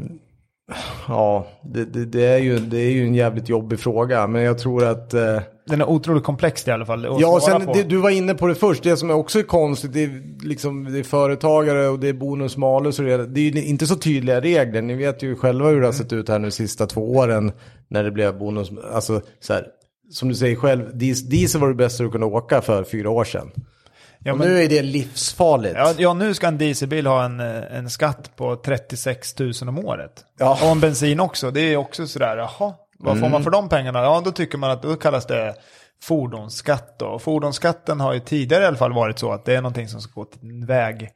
Speaker 1: ja, det, det, det, är ju, det är ju en jävligt jobbig fråga. Men jag tror att... Eh,
Speaker 3: Den är otroligt komplex i alla fall. att
Speaker 1: ja, och
Speaker 3: svara
Speaker 1: sen,
Speaker 3: på.
Speaker 1: det, du var inne på det först. Det som är också är konstigt, det är, liksom, det är företagare och det är bonus malus. Och det, det är ju inte så tydliga regler. Ni vet ju själva hur det har
Speaker 3: Mm.
Speaker 1: sett ut här nu sista två åren. När det blev bonus, alltså så här. Som du säger själv, dis- diesel var det bästa du kunde åka för fyra år sedan.
Speaker 3: ja,
Speaker 1: och
Speaker 3: men-
Speaker 1: nu är det livsfarligt.
Speaker 3: Ja, ja, nu ska en dieselbil ha en, eh, en skatt på 36 000 om året.
Speaker 1: Ja.
Speaker 3: Och en bensin också. Det är också sådär, jaha, vad får man för de pengarna? Ja, då tycker man att då kallas det fordonsskatt. Då. Och Fordonsskatten har ju tidigare i alla fall varit så att det är någonting som ska gå till väg.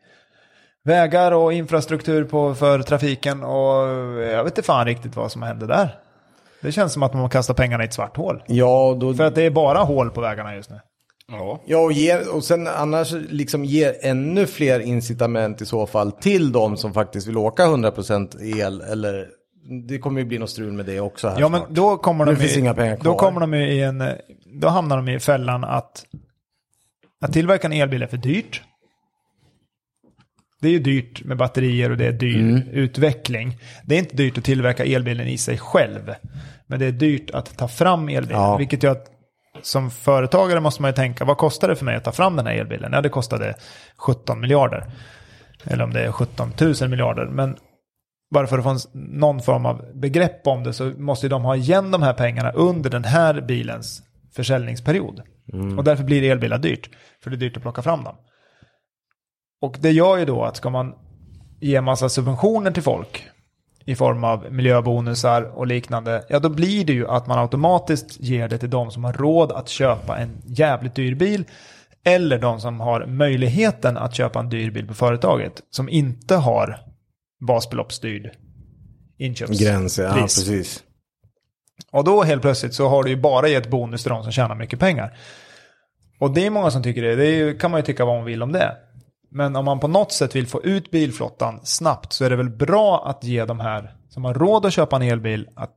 Speaker 3: Vägar och infrastruktur på, för trafiken och eh, jag vet inte fan riktigt vad som hände där. Det känns som att man kastar pengarna i ett svart hål.
Speaker 1: Ja, och då,
Speaker 3: För att det är bara hål på vägarna just nu.
Speaker 2: Ja.
Speaker 1: ja och, ge, och sen annars liksom ger ännu fler incitament i så fall till de som faktiskt vill åka 100% el eller det kommer ju bli något strul med det också här
Speaker 3: Ja, men
Speaker 1: snart.
Speaker 3: då kommer de
Speaker 1: Nu finns
Speaker 3: i,
Speaker 1: inga pengar
Speaker 3: Då
Speaker 1: kvar.
Speaker 3: kommer de ju i en, eh, då hamnar de i fällan att, att tillverka en elbil är för dyrt. Det är ju dyrt med batterier och det är dyr utveckling. Det är inte dyrt att tillverka elbilen i sig själv. Men det är dyrt att ta fram elbilen.
Speaker 1: Ja.
Speaker 3: Vilket gör att som företagare måste man ju tänka, vad kostar det för mig att ta fram den här elbilen? Ja, det kostade 17 miljarder. Eller om det är 17 000 miljarder. Men bara för att få en, någon form av begrepp om det så måste ju de ha igen de här pengarna under den här bilens försäljningsperiod. Och därför blir elbilar dyrt, för det är dyrt att plocka fram dem. Och det gör ju då att ska man ge massa subventioner till folk i form av miljöbonusar och liknande, ja då blir det ju att man automatiskt ger det till de som har råd att köpa en jävligt dyr bil eller de som har möjligheten att köpa en dyr bil på företaget som inte har basbeloppsstyrd inköpspris.
Speaker 1: Gräns, ja precis.
Speaker 3: Och då helt plötsligt så har du ju bara gett bonus till de som tjänar mycket pengar. Och det är många som tycker det. Det är ju, kan man ju tycka vad man vill om det. Men om man på något sätt vill få ut bilflottan snabbt så är det väl bra att ge de här som har råd att köpa en elbil att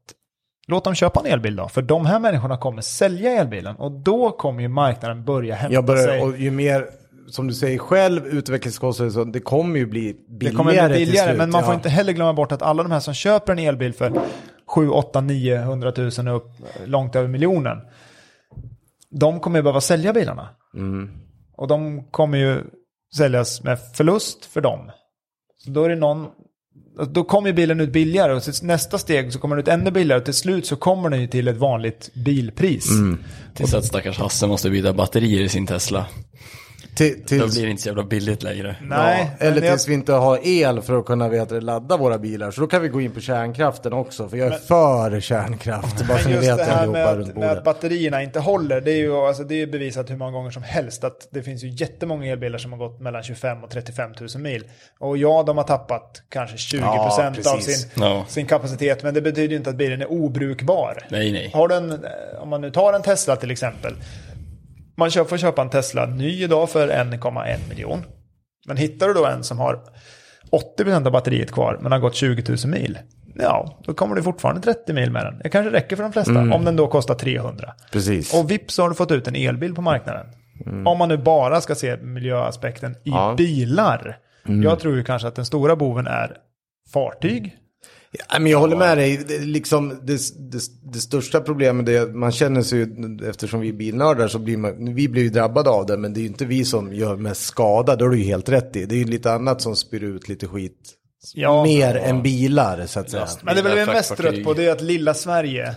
Speaker 3: låt dem köpa en elbil då. För de här människorna kommer sälja elbilen och då kommer ju marknaden börja hämta
Speaker 1: Jag
Speaker 3: sig.
Speaker 1: börjar, och ju mer, som du säger själv, utvecklingskostnader, så det kommer ju bli billigare
Speaker 3: Det kommer bli
Speaker 1: till
Speaker 3: billigare,
Speaker 1: slut,
Speaker 3: men man får
Speaker 1: ja.
Speaker 3: inte heller glömma bort att alla de här som köper en elbil för 7, 8, 900 000 och upp långt över miljonen. De kommer ju behöva sälja bilarna.
Speaker 1: Mm.
Speaker 3: Och de kommer ju säljas med förlust för dem. Så då är det någon, då kommer ju bilen ut billigare och så nästa steg så kommer den ut ännu billigare och till slut så kommer den ju till ett vanligt bilpris.
Speaker 1: Mm.
Speaker 2: Tills att stackars Hasse måste byta batterier i sin Tesla.
Speaker 1: Till,
Speaker 2: Då
Speaker 1: tills,
Speaker 2: blir det inte så jävla billigt längre.
Speaker 1: ja,
Speaker 3: Nej,
Speaker 1: eller
Speaker 3: men jag-
Speaker 1: tills vi inte har el för att kunna vet, du, ladda våra bilar. Så då kan vi gå in på kärnkraften också. För jag är för kärnkraft. Bara så
Speaker 3: Men
Speaker 1: ni vet
Speaker 3: just det här
Speaker 1: allihopa
Speaker 3: med
Speaker 1: runt
Speaker 3: att, med
Speaker 1: bordet.
Speaker 3: att batterierna inte håller, det är ju alltså, det är ju bevisat hur många gånger som helst att det finns ju jättemånga elbilar som har gått mellan 25 000 och 35 000 mil. Och ja, de har tappat kanske 20 procent
Speaker 1: Ja,
Speaker 3: av
Speaker 1: precis.
Speaker 3: sin,
Speaker 2: Ja.
Speaker 3: sin kapacitet, men det betyder ju inte att bilen är obrukbar.
Speaker 2: Nej, nej.
Speaker 3: Har du en, eh, om man nu tar en Tesla till exempel, man kö- får köpa en Tesla ny idag för 1,1 miljon. Men hittar du då en som har 80% av batteriet kvar men har gått 20 000 mil. Ja, då kommer du fortfarande 30 mil med den. Det kanske räcker för de flesta om den då kostar 300.
Speaker 1: Mm. Precis. Mm.
Speaker 3: Och vips så har du fått ut en elbil på marknaden. Om man nu bara ska se miljöaspekten i bilar.
Speaker 1: Mm.
Speaker 3: Jag tror ju kanske att den stora boven är fartyg.
Speaker 1: Nej, men jag håller med dig. Det, är liksom, det, det, det största problemet är att man känner sig, ju- eftersom vi är bilnördar, så blir man, vi blir ju drabbade av det. Men det är ju inte vi som gör mest skada, det har du ju helt rätt i. Det är ju lite annat som spyr ut lite skit.
Speaker 3: Ja.
Speaker 1: Mer än bilar, så att säga.
Speaker 2: Lastbilar,
Speaker 3: Men det är väl vi är mest
Speaker 2: fraktfartyg.
Speaker 3: trött på det är att lilla Sverige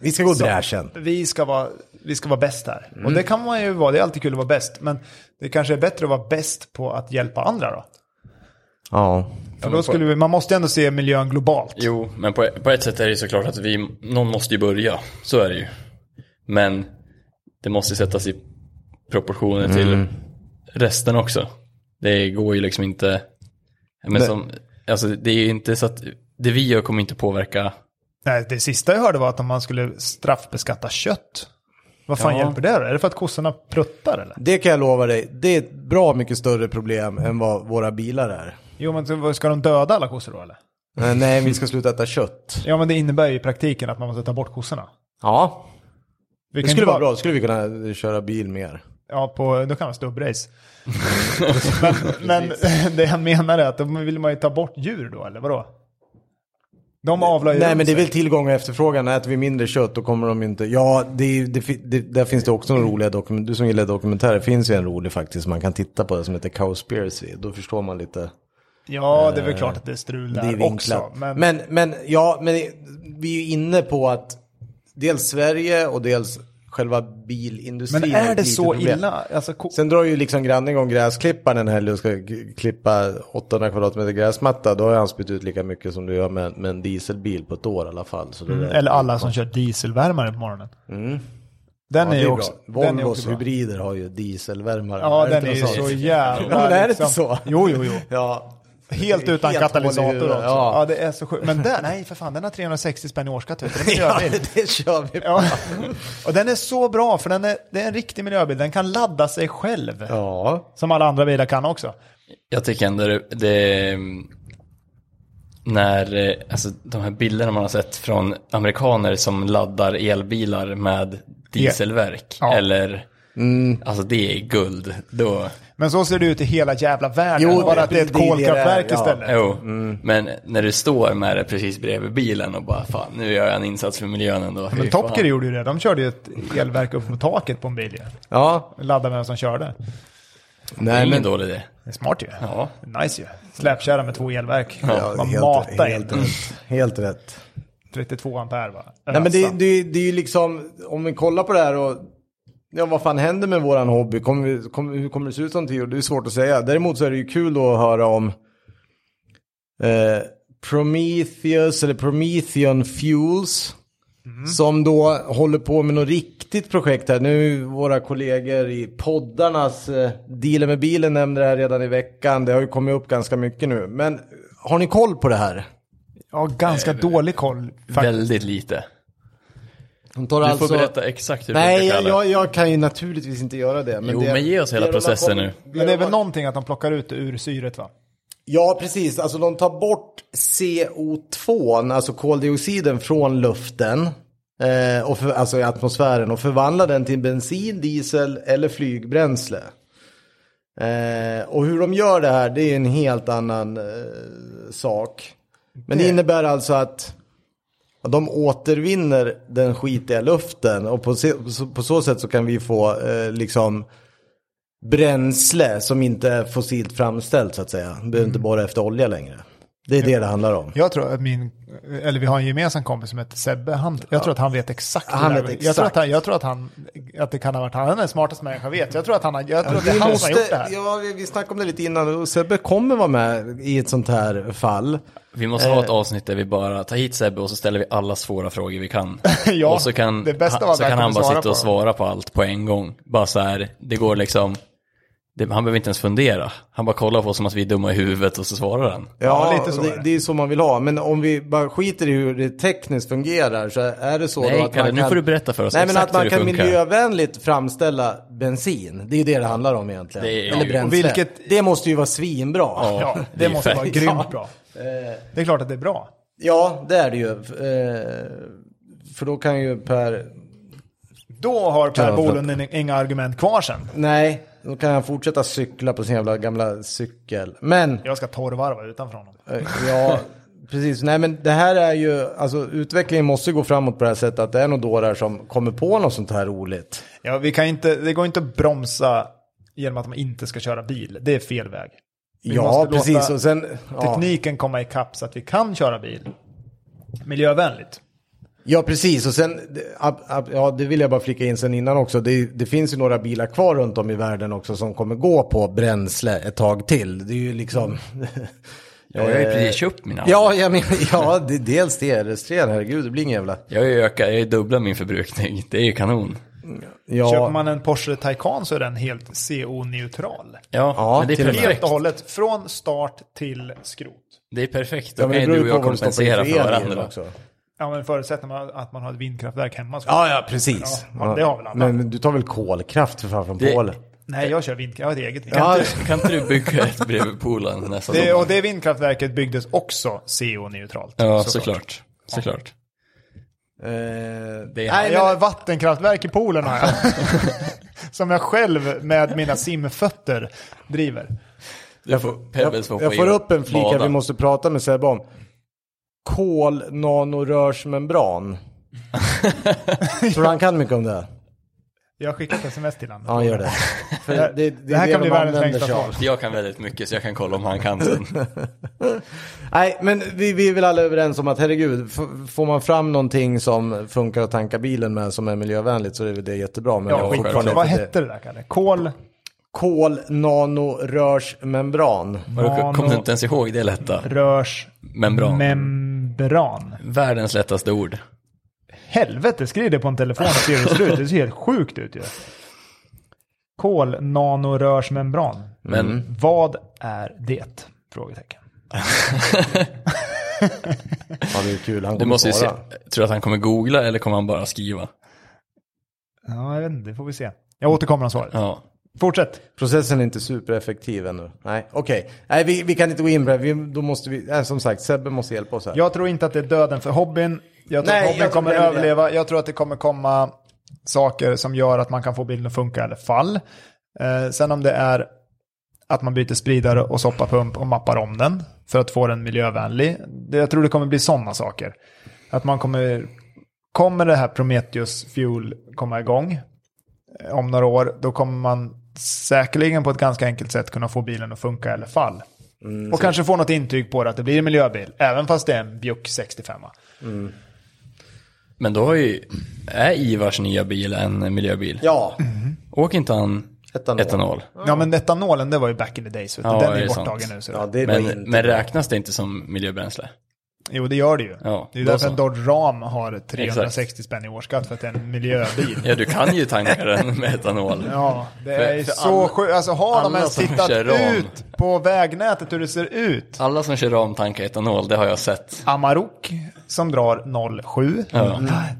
Speaker 1: Vi ska gå
Speaker 3: Så,
Speaker 1: bräschen.
Speaker 3: Vi ska vara, vi ska vara bäst här. Och det kan man ju vara, det är alltid kul att vara bäst. Men det kanske är bättre att vara bäst på att hjälpa andra då.
Speaker 1: Ja.
Speaker 3: För då skulle vi, man måste ju ändå se miljön globalt.
Speaker 2: Jo, men på, på ett sätt är det ju såklart att vi, någon måste ju börja. Så är det ju. Men det måste sättas i proportioner till resten också. Det går ju liksom inte. Men som, alltså, det är ju inte så att det vi gör kommer inte påverka
Speaker 3: Nej, det sista jag hörde var att om man skulle straffbeskatta kött. Vad fan
Speaker 1: Ja.
Speaker 3: hjälper det då? Är det för att kossorna pruttar eller?
Speaker 1: Det kan jag lova dig, det är ett bra mycket större problem än vad våra bilar är.
Speaker 3: Jo, men så- vad, ska de döda alla kossor då eller?
Speaker 1: Eh, Nej, vi ska sluta äta kött.
Speaker 3: Ja, men det innebär ju i praktiken att man måste ta bort kossorna.
Speaker 1: Ja,
Speaker 3: Vi
Speaker 1: det
Speaker 3: kan
Speaker 1: skulle
Speaker 3: inte
Speaker 1: vara
Speaker 3: bara-
Speaker 1: bra. skulle vi kunna köra bil mer.
Speaker 3: Ja, på, då kan
Speaker 1: [LAUGHS]
Speaker 3: man stubbrace. men, [LAUGHS] men det jag menar är att då vill man ju ta bort djur då, eller vadå? De avlar ju
Speaker 1: Nej,
Speaker 3: upp
Speaker 1: men det är
Speaker 3: sig.
Speaker 1: väl tillgång och efterfrågan. Äter vi mindre kött då kommer de inte... Ja, det, är- det, fi- det, där finns det också några roliga dokumentärer. Du som gillar dokumentärer, det finns ju en rolig faktiskt. Man kan titta på det som heter Cowspiracy. Då förstår man lite.
Speaker 3: Ja, det är väl klart att det är strul
Speaker 1: Det är
Speaker 3: där
Speaker 1: vinklat.
Speaker 3: också. Men,
Speaker 1: men, men ja, men vi är ju inne på att dels Sverige och dels själva bilindustrin.
Speaker 3: men
Speaker 1: är
Speaker 3: är
Speaker 1: ett
Speaker 3: det
Speaker 1: litet
Speaker 3: så
Speaker 1: problem.
Speaker 3: illa? Alltså, ko-
Speaker 1: Sen drar ju liksom grannen igång gräsklipparen en helg och ska k- klippa 800 kvadratmeter gräsmatta. Då har han spytt ut lika mycket som du gör med, med en dieselbil på ett år i alla fall. Så det där-
Speaker 3: Mm. eller alla som kör dieselvärmare på morgonen.
Speaker 1: Ja,
Speaker 3: Den
Speaker 1: Mm. det
Speaker 3: är
Speaker 1: är
Speaker 3: ju
Speaker 1: bra.
Speaker 3: också... den är
Speaker 1: Volvos
Speaker 3: också bra.
Speaker 1: hybrider har ju dieselvärmare.
Speaker 3: Ja,
Speaker 1: Är det
Speaker 3: den
Speaker 1: inte
Speaker 3: är ju
Speaker 1: något
Speaker 3: så
Speaker 1: [LAUGHS] sånt?
Speaker 3: jävla...
Speaker 1: Ja, men är det
Speaker 3: liksom-
Speaker 1: inte så?
Speaker 3: Jo, jo, jo.
Speaker 1: Ja.
Speaker 3: Helt utan
Speaker 1: hål i
Speaker 3: katalysator
Speaker 1: huvudet,
Speaker 3: också. Ja.
Speaker 1: Ja.
Speaker 3: det är så sjukt. Men den, nej för fan, den har 360 spänn i årsskatt. Vet du. Den
Speaker 1: [LAUGHS]
Speaker 3: är
Speaker 1: Ja,
Speaker 3: miljöbil.
Speaker 1: det kör vi på.
Speaker 3: Ja. Och den är så bra för den är, det är en riktig miljöbil. Den kan ladda sig själv.
Speaker 1: Ja.
Speaker 3: Som alla andra bilar kan också.
Speaker 2: Jag tycker ändå det, det när, eh, alltså de här bilderna man har sett från amerikaner som laddar elbilar med dieselverk
Speaker 3: Ja. Mm.
Speaker 2: eller, alltså det är guld. Då,
Speaker 3: Men så ser det ut i hela jävla världen.
Speaker 1: Jo,
Speaker 3: bara att det är ett
Speaker 1: det är det
Speaker 3: kolkraftverk
Speaker 1: där, ja.
Speaker 3: istället.
Speaker 2: jo,
Speaker 3: Mm.
Speaker 2: men när du står med det precis bredvid bilen och bara fan, nu gör jag en insats för miljön ändå.
Speaker 3: Men
Speaker 2: Fy
Speaker 3: Top
Speaker 2: fan.
Speaker 3: Gear gjorde ju det. De körde ju ett elverk upp på taket på en bil ju.
Speaker 1: ja.
Speaker 3: Laddade med den som körde.
Speaker 2: Det är
Speaker 1: Nej,
Speaker 2: ingen
Speaker 1: men...
Speaker 2: dålig idé.
Speaker 3: Det är smart ju.
Speaker 2: Ja.
Speaker 3: Nice ju. Släpkärra med två elverk.
Speaker 1: Ja,
Speaker 3: Man
Speaker 1: helt-
Speaker 3: matar
Speaker 1: helt,
Speaker 3: in
Speaker 1: rätt. helt rätt.
Speaker 3: 32 ampere va?
Speaker 1: Nej, men det,
Speaker 2: Alltså.
Speaker 3: Ösa.
Speaker 1: det, det är ju liksom, om vi kollar på det här och ja, vad fan händer med våran hobby? Kommer vi, kommer, hur kommer det se ut om tio år? Det är svårt att säga. Däremot så är det ju kul då att höra om eh, Prometheus eller Promethean Fuels.
Speaker 2: Mhm.
Speaker 1: Som då håller på med något riktigt projekt här. Nu våra kollegor i poddarnas eh, dealer med bilen nämnde det här redan i veckan. Det har ju kommit upp ganska mycket nu. Men har ni koll på det här?
Speaker 3: Jag har ganska dålig koll faktiskt.
Speaker 2: Väldigt lite.
Speaker 1: De tar
Speaker 2: Du
Speaker 1: alltså-
Speaker 2: får berätta exakt hur det
Speaker 1: Nej,
Speaker 2: funkar,
Speaker 1: jag,
Speaker 2: Kalle.
Speaker 1: jag, jag kan ju naturligtvis inte göra det. Men
Speaker 2: typ Jo,
Speaker 1: det,
Speaker 2: men ge oss hela
Speaker 1: det de har
Speaker 2: processen
Speaker 1: kommit-
Speaker 2: nu.
Speaker 3: Men det är
Speaker 1: de
Speaker 3: väl
Speaker 1: har-
Speaker 3: någonting att de plockar ut det ur syret va?
Speaker 1: Ja, precis. Alltså de tar bort CO2, alltså koldioxiden från luften. Eh, och för, alltså i atmosfären och förvandlar den till bensin, diesel eller flygbränsle. Eh, och hur de gör det här, det är en helt annan eh, sak. Men det innebär alltså att de återvinner den skitiga luften och på, se- på så sätt så kan vi få eh, liksom bränsle som inte är fossilt framställt så att säga. Vi behöver inte
Speaker 3: Mm.
Speaker 1: borra efter olja längre. Det är det det handlar om.
Speaker 3: Jag tror att min, eller vi har en gemensam kompis som heter Sebbe, han, jag tror att han vet exakt hur
Speaker 1: Han
Speaker 3: det
Speaker 1: vet
Speaker 3: där- Jag
Speaker 1: exakt.
Speaker 3: tror att han, jag tror att han, att det kan ha varit han, han är den smartaste människan jag vet. Jag tror att han, har- jag tror att det
Speaker 1: Vi
Speaker 3: är han som har gjort
Speaker 1: måste,
Speaker 3: det här.
Speaker 1: ja, vi, vi snackade om det lite innan och Sebbe kommer vara med i ett sånt här fall.
Speaker 2: Vi måste ha ett
Speaker 1: Eh.
Speaker 2: avsnitt där vi bara tar hit Sebbe och så ställer vi alla svåra frågor vi kan.
Speaker 1: [LAUGHS]
Speaker 3: Ja,
Speaker 2: och så kan,
Speaker 3: det bästa
Speaker 2: han-
Speaker 3: var
Speaker 2: så
Speaker 3: att
Speaker 2: kan
Speaker 3: han
Speaker 2: han bara
Speaker 3: kommer svara
Speaker 2: sitta och
Speaker 3: på
Speaker 2: svara på allt på en gång. Bara så här, det går liksom, det, han behöver inte ens fundera. Han bara kollar på oss som att vi är dumma i huvudet och så svarar han.
Speaker 1: Ja,
Speaker 3: Ja, lite så är
Speaker 1: det,
Speaker 3: det.
Speaker 1: det är så man vill ha. Men om vi bara skiter i hur det tekniskt fungerar så är det så då
Speaker 2: Nej
Speaker 1: att
Speaker 2: Kalle,
Speaker 1: man
Speaker 2: nu
Speaker 1: kan...
Speaker 2: får du berätta för oss
Speaker 1: Nej, men
Speaker 2: exakt
Speaker 1: att man
Speaker 2: hur det
Speaker 1: kan
Speaker 2: funkar.
Speaker 1: miljövänligt framställa bensin. Det är ju det det handlar om egentligen.
Speaker 2: Det är ju-
Speaker 1: Eller bränsle.
Speaker 3: Och vilket-
Speaker 1: Det måste ju vara svinbra.
Speaker 3: Ja,
Speaker 2: det
Speaker 3: det
Speaker 2: är
Speaker 3: måste vara
Speaker 2: fett.
Speaker 3: grymt bra.
Speaker 1: Eh.
Speaker 3: Det är klart att det är bra.
Speaker 1: Ja, det är det ju. Eh, För då kan ju Per...
Speaker 3: Då har Per
Speaker 1: Ja, för-
Speaker 3: Bolund in- inga argument kvar sen.
Speaker 1: Nej, då kan han fortsätta cykla på sin jävla gamla cykel. Men,
Speaker 3: Jag ska torrvarva utanför honom.
Speaker 1: eh, ja, precis. Nej, men det här är ju... Alltså, utvecklingen måste gå framåt på det här sättet. Att det är nog dårar som kommer på något sånt här roligt.
Speaker 3: Ja, vi kan inte, det går inte att bromsa genom att man inte ska köra bil. Det är fel väg. Vi
Speaker 1: ja,
Speaker 3: måste
Speaker 1: precis.
Speaker 3: låta
Speaker 1: Och sen... Ja.
Speaker 3: tekniken komma ikapp så att vi kan köra bil. Miljövänligt.
Speaker 1: Ja, precis. Och sen, det- ab, ab, ja, det vill jag bara flika in sen innan också. Det, det finns ju några bilar kvar runt om i världen också som kommer gå på bränsle ett tag till. Det är ju liksom...
Speaker 2: [LAUGHS] Ja, jag har ju precis köpt mina.
Speaker 1: Eh, [LAUGHS] ja, jag men, ja det, dels det. är det är herregud, det blir ingen jävla...
Speaker 2: Jag har ju ökat, jag har ju dubblat min förbrukning. Det är ju kanon.
Speaker 1: Ja,
Speaker 3: Köper man en Porsche Taycan så är den helt CO-neutral.
Speaker 2: Ja,
Speaker 1: Ja,
Speaker 2: men det
Speaker 1: till
Speaker 2: är
Speaker 1: och med.
Speaker 3: Helt
Speaker 2: perfekt.
Speaker 3: och hållet från start till skrot.
Speaker 2: Det är perfekt. Då
Speaker 1: ja men
Speaker 2: kan
Speaker 1: det
Speaker 2: ju
Speaker 1: beror
Speaker 2: du och
Speaker 1: ju på
Speaker 2: jag
Speaker 1: vad du stoppar
Speaker 2: kompensera
Speaker 1: in
Speaker 2: för
Speaker 1: för el i den
Speaker 2: varandra.
Speaker 1: också.
Speaker 3: Ja, men förutsätter man att man har ett vindkraftverk hemma. Så
Speaker 1: Ja, ja, precis.
Speaker 3: Ja, det har väl alla.
Speaker 1: Men du tar väl kolkraft för fan från
Speaker 2: Det-
Speaker 1: Polen?
Speaker 3: Nej, jag kör vindkraft. Jag har ett eget vindkraftverk.
Speaker 1: Ja,
Speaker 2: [LAUGHS] Kan inte du bygga ett bredvid poolen nästa
Speaker 3: Det,
Speaker 2: sommar?
Speaker 3: och det vindkraftverket byggdes också CO-neutralt.
Speaker 2: Ja, såklart. Såklart.
Speaker 5: Eh,
Speaker 2: Det är-
Speaker 5: nej,
Speaker 3: Jag har vattenkraftverk i poolen har jag. [LAUGHS] Som jag själv med mina simfötter driver.
Speaker 2: Du får, Pebbles får
Speaker 1: Jag
Speaker 2: få
Speaker 1: får
Speaker 2: in-
Speaker 1: upp en flik här
Speaker 2: bada.
Speaker 1: vi måste prata med Sebbe om. Kolnanorörsmembran. Tror du han kan mycket om det?
Speaker 3: Jag har skickat sms till honom.
Speaker 1: Ja, gör det. För
Speaker 3: här- det här kan
Speaker 1: de
Speaker 3: bli världens
Speaker 1: använder
Speaker 3: längsta
Speaker 1: sig av.
Speaker 3: svar.
Speaker 2: Jag kan väldigt mycket så jag kan kolla om han kan [LAUGHS] sen.
Speaker 1: Nej, men vi, vi är väl alla överens om att herregud, f- får man fram någonting som funkar att tanka bilen med som är miljövänligt så är väl det jättebra. Men jag
Speaker 3: Ja,
Speaker 1: har fortfarande
Speaker 3: skitbra.
Speaker 1: inte
Speaker 3: Vad
Speaker 1: det.
Speaker 3: hette det där Kalle? Kol?
Speaker 1: Kolnanorörsmembran.
Speaker 2: Och då kom du inte ens ihåg det lätta.
Speaker 3: Rörs
Speaker 2: Membran.
Speaker 3: membran.
Speaker 2: Världens lättaste ord.
Speaker 3: Helvete, skriv det på en telefon och se hur det ser ut. Det ser helt sjukt ut ju. Kolnanorörsmembran.
Speaker 2: Men
Speaker 1: Mm.
Speaker 3: Vad är det? Frågetecken.
Speaker 1: Ja, det är kul. Han
Speaker 2: du
Speaker 1: kommer
Speaker 2: måste ju se.
Speaker 1: svara.
Speaker 2: Tror du att han kommer googla eller kommer han bara skriva?
Speaker 3: Ja, jag vet inte. Det får vi se. Jag återkommer om svaret.
Speaker 2: Ja.
Speaker 3: Fortsätt.
Speaker 1: Processen är inte supereffektiv ännu. Nej, okej. Nej, vi, vi kan inte gå in på det. Vi, då måste vi, äh, som sagt, Sebbe måste hjälpa oss här.
Speaker 3: Jag tror inte att det är döden för hobbyn. Jag tror
Speaker 1: Nej,
Speaker 3: att hobbyn
Speaker 1: jag tror
Speaker 3: kommer
Speaker 1: det är det.
Speaker 3: överleva. Jag tror att det kommer komma saker som gör att man kan få bilen att funka i alla fall. Eh, sen om det är att man byter spridare och soppapump och mappar om den för att få den miljövänlig. Det, jag tror det kommer bli sådana saker. Att man kommer, kommer det här Prometheus Fuel komma igång eh, om några år, då kommer man säkerligen på ett ganska enkelt sätt kunna få bilen att funka i alla fall.
Speaker 1: Mm,
Speaker 3: och kanske få något intyg på det att det blir en miljöbil, även fast det är en Bjuck 65.
Speaker 2: Men då har ju, är Ivars nya bil en miljöbil?
Speaker 1: Ja,
Speaker 2: Åker inte han
Speaker 1: Etanol.
Speaker 2: etanol?
Speaker 3: Ja, men etanolen, det var ju back in the days. vet du.
Speaker 2: Ja,
Speaker 3: den är
Speaker 2: det
Speaker 3: ju
Speaker 2: är
Speaker 3: borttagen
Speaker 2: sant.
Speaker 3: nu. Så.
Speaker 1: ja det var
Speaker 2: Men,
Speaker 1: inte...
Speaker 2: men räknas det inte som miljöbränsle?
Speaker 3: Jo, det gör det ju.
Speaker 2: Ja,
Speaker 3: det är ju
Speaker 2: då
Speaker 3: därför
Speaker 2: så.
Speaker 3: en Dodge Ram har 360 spänn i årsskatt, för att det är en miljöbil.
Speaker 2: [LAUGHS] Ja, du kan
Speaker 1: [LAUGHS]
Speaker 2: ju tanka den med etanol.
Speaker 3: Ja, det är ju
Speaker 2: för
Speaker 3: så
Speaker 2: alla-
Speaker 3: sjukt. Alltså har de
Speaker 2: alla
Speaker 3: ens
Speaker 2: som
Speaker 3: tittat
Speaker 2: kör Ram.
Speaker 3: ut på vägnätet hur det ser ut?
Speaker 2: Alla som kör ramtankar etanol, det har jag sett.
Speaker 3: Amarok som drar 07.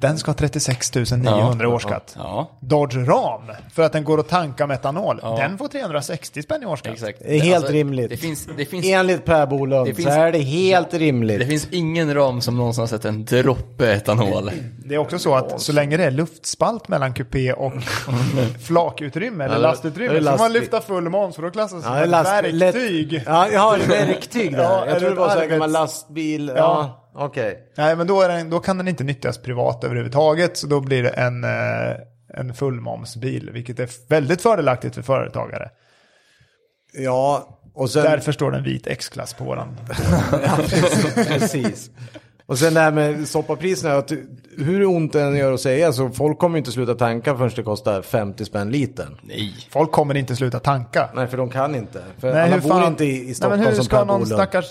Speaker 3: Den ska ha 36 900 i årsskatt.
Speaker 2: Ja,
Speaker 3: Dodge Ram, för att den går att tanka med etanol. Den får 360 spänn i årsskatt.
Speaker 2: exakt. Alltså,
Speaker 1: Det är helt rimligt.
Speaker 2: Det finns, det, finns,
Speaker 1: Enligt Per Bolund
Speaker 2: Det
Speaker 1: så
Speaker 2: finns-
Speaker 1: är det helt rimligt.
Speaker 2: det finns ingen ram som någonsin har sett en droppe etanol.
Speaker 3: Det är också så att så länge det är luftspalt mellan kupé och
Speaker 1: [LAUGHS]
Speaker 3: flakutrymme eller
Speaker 1: Ja,
Speaker 3: lastutrymme
Speaker 1: det är
Speaker 3: så får man
Speaker 1: lastbil.
Speaker 3: lyfta full moms för då klassas det som
Speaker 1: Ja,
Speaker 3: ett
Speaker 1: last-
Speaker 3: verktyg.
Speaker 1: lätt- Ja, jag har ett verktyg där.
Speaker 3: Ja,
Speaker 1: jag
Speaker 3: eller
Speaker 1: tror det
Speaker 3: ett
Speaker 1: var så här
Speaker 3: arbets-
Speaker 1: gammal lastbil. Ja,
Speaker 3: Ja.
Speaker 1: okej.
Speaker 3: Nej, men då, är den, då kan den inte nyttjas privat överhuvudtaget så då blir det en, eh, en fullmomsbil vilket är väldigt fördelaktigt för företagare.
Speaker 1: Ja, och sen...
Speaker 3: Därför står det en vit X-klass på våran.
Speaker 1: [LAUGHS] Precis. Och sen det här med soppapriserna. Att hur ont det än gör att säga så folk kommer ju inte sluta tanka förrän det kostar 50 spänn litern.
Speaker 2: Nej.
Speaker 3: Folk kommer inte sluta tanka.
Speaker 1: Nej, för de kan inte. För
Speaker 3: Nej,
Speaker 1: alla
Speaker 3: hur
Speaker 1: bor
Speaker 3: fan...
Speaker 1: inte i, i Stockholm
Speaker 3: Nej, men hur
Speaker 1: som
Speaker 3: ska
Speaker 1: Per
Speaker 3: någon
Speaker 1: Bolund.
Speaker 3: stackars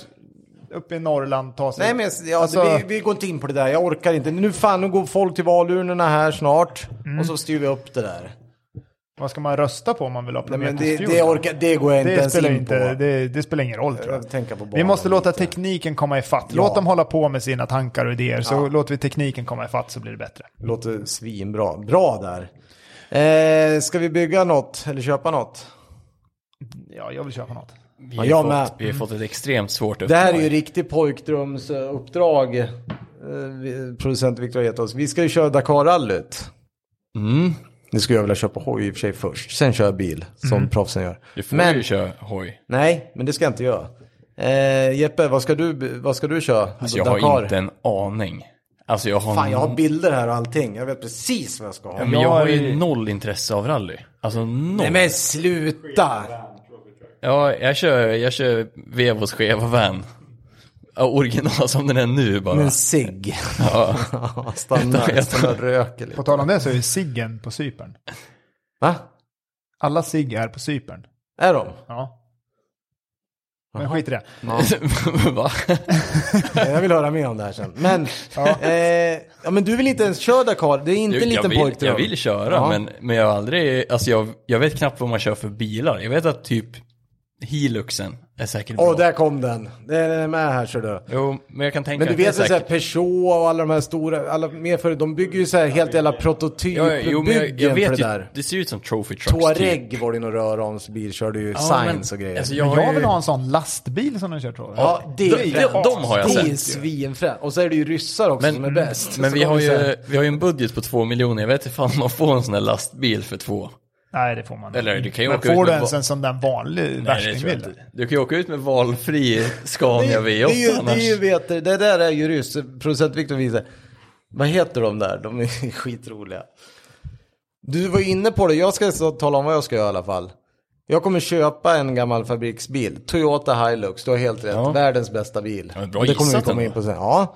Speaker 3: uppe i Norrland ta sig...
Speaker 1: Nej, men ja,
Speaker 3: Alltså-
Speaker 1: vi, vi går inte in på det där. Jag orkar inte. Nu fan, nu går folk till valurnorna här snart.
Speaker 3: Mm.
Speaker 1: Och så styr vi upp det där.
Speaker 3: Vad ska man rösta på om man vill ha
Speaker 1: Nej, men
Speaker 3: Prometheus
Speaker 1: det,
Speaker 3: Fuel?
Speaker 1: det, orkar, det går jag inte
Speaker 3: Det
Speaker 1: ens
Speaker 3: spelar,
Speaker 1: in
Speaker 3: inte,
Speaker 1: på.
Speaker 3: det, det spelar ingen roll tror jag.
Speaker 1: Jag tänker på
Speaker 3: Vi
Speaker 1: barnen
Speaker 3: måste låta
Speaker 1: lite.
Speaker 3: tekniken komma ifatt. Låt dem hålla på med sina tankar och idéer så låter vi tekniken komma ifatt så blir det bättre.
Speaker 1: Låter svinbra. Bra där. Eh, ska vi bygga något eller köpa något?
Speaker 3: Ja, jag vill köpa något.
Speaker 2: Vi
Speaker 1: Ja, jag
Speaker 2: har,
Speaker 1: med. Mm.
Speaker 2: fått, vi har fått ett extremt svårt uppdrag.
Speaker 1: Det här är ju riktigt pojkdrömsuppdrag. eh, vi- Producent Viktor har gett oss. Vi ska ju köra Dakarrallyt.
Speaker 2: Mm.
Speaker 1: Nu skulle jag vilja köpa hoj i och för sig först. Sen kör jag bil som proffsen gör.
Speaker 2: Du Mm. får
Speaker 1: Men-
Speaker 2: ju köra hoj.
Speaker 1: Nej, men det ska jag inte göra. Eh, Jeppe, vad ska du, vad ska du köra?
Speaker 2: Alltså jag har inte en aning. Alltså jag har,
Speaker 1: Fan, jag har
Speaker 2: noll-
Speaker 1: bilder här och allting. Jag vet precis vad jag ska ha.
Speaker 2: men jag har ju
Speaker 3: Jag är-
Speaker 2: noll intresse av rally. Alltså noll.
Speaker 1: Nej men sluta!
Speaker 2: Ja, jag kör, jag kör Vevos skeva van. Ja, original som den är nu bara.
Speaker 1: Men cigg.
Speaker 2: Ja.
Speaker 1: [LAUGHS] Stanna, jag stannar och röker lite.
Speaker 3: På tal om det så är ju ciggen på Cypern.
Speaker 1: Va?
Speaker 3: Alla cigg är på Cypern.
Speaker 1: Är de?
Speaker 3: Ja. Men skit i det.
Speaker 2: [LAUGHS] Va?
Speaker 1: Jag vill höra mer om det här sen. Men, ja. Eh, ja, men du vill inte ens köra Dakar. Det är inte en
Speaker 2: jag,
Speaker 1: liten
Speaker 2: vill,
Speaker 1: pojkdröm.
Speaker 2: jag vill köra,
Speaker 1: Ja.
Speaker 2: men, men jag har aldrig, alltså jag, jag vet knappt vad man kör för bilar. Jag vet att typ Hiluxen är säkert bra.
Speaker 1: Åh, där kom den. Den är med här ser du.
Speaker 2: Jo, men jag kan tänka
Speaker 1: Men du
Speaker 2: att det
Speaker 1: vet
Speaker 2: är
Speaker 1: att så här,
Speaker 2: säkert...
Speaker 1: Peugeot och alla de här stora, alla mer för de bygger ju så här helt jävla
Speaker 2: Ja, jo, men jag, jag
Speaker 1: prototypbyggen för
Speaker 2: vet
Speaker 1: det
Speaker 2: ju,
Speaker 1: där.
Speaker 2: det ser ju ut som trophy trucks. typ.
Speaker 1: Touareg var det ju någon röromsbil, körde ju signs
Speaker 2: men-
Speaker 1: och grejer.
Speaker 2: alltså,
Speaker 3: Jag,
Speaker 2: Jag
Speaker 3: jag
Speaker 2: är-
Speaker 3: vill ha en sån lastbil som de kör tror jag.
Speaker 1: ja, det,
Speaker 2: de- de- de har jag
Speaker 1: Det är
Speaker 2: sett
Speaker 1: ju
Speaker 2: ju.
Speaker 1: svinfränt. Och så är det ju ryssar också
Speaker 2: Men-
Speaker 1: som är bäst.
Speaker 2: Men
Speaker 1: Så
Speaker 2: vi
Speaker 1: de
Speaker 2: har,
Speaker 1: är så här-
Speaker 2: ju, vi har ju en budget på två miljoner. Jag vet inte fan om man får en sån här lastbil för två.
Speaker 3: Nej, det får man inte.
Speaker 2: Eller du kan ju
Speaker 3: Men
Speaker 2: åka
Speaker 3: får
Speaker 2: ut
Speaker 3: du
Speaker 2: med
Speaker 3: ens
Speaker 2: va-
Speaker 3: en sån där vanlig
Speaker 2: Nej, det tror jag
Speaker 3: värstingbil?
Speaker 2: inte. Du kan ju åka ut med valfri Scania
Speaker 1: det, är ju,
Speaker 2: V8
Speaker 1: det, är ju,
Speaker 2: annars.
Speaker 1: vet, du, det där är ju ryss. Producent Viktor visar. Vad heter de där? De är [LAUGHS] skitroliga. Du var ju inne på det. Jag ska så tala om vad jag ska göra i alla fall. Jag kommer köpa en gammal fabriksbil. Toyota Hilux. Du har helt rätt.
Speaker 2: Ja.
Speaker 1: Världens bästa bil.
Speaker 2: Ja, men bra
Speaker 1: Och det kommer vi
Speaker 2: gissat
Speaker 1: komma
Speaker 2: ändå.
Speaker 1: in på sen. Ja.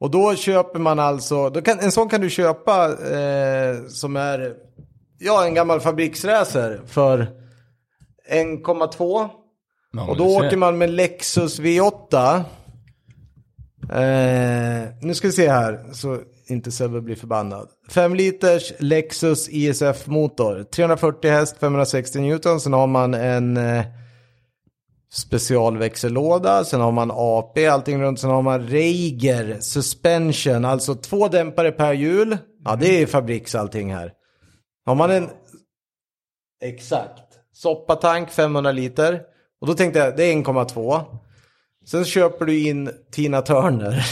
Speaker 1: Och då köper man alltså. Då kan, en sån kan du köpa eh, som är ja, en gammal fabriksracer för 1,2.
Speaker 2: Ja, men
Speaker 1: Och
Speaker 2: du
Speaker 1: då
Speaker 2: ser.
Speaker 1: åker man med Lexus V8. Eh, nu ska vi se här så inte Sebbe blir förbannad. 5 liters Lexus E ISF-motor. 340 häst, 560 Newton. Sen har man en eh, specialväxellåda. Sen har man AP, allting runt. Sen har man Reiger Suspension. Alltså två dämpare per hjul. Ja, det är fabriks allting här. Har man en Exakt. Soppatank 500 liter. Och då tänkte jag, det är 1,2. Sen köper du in Tina Turner.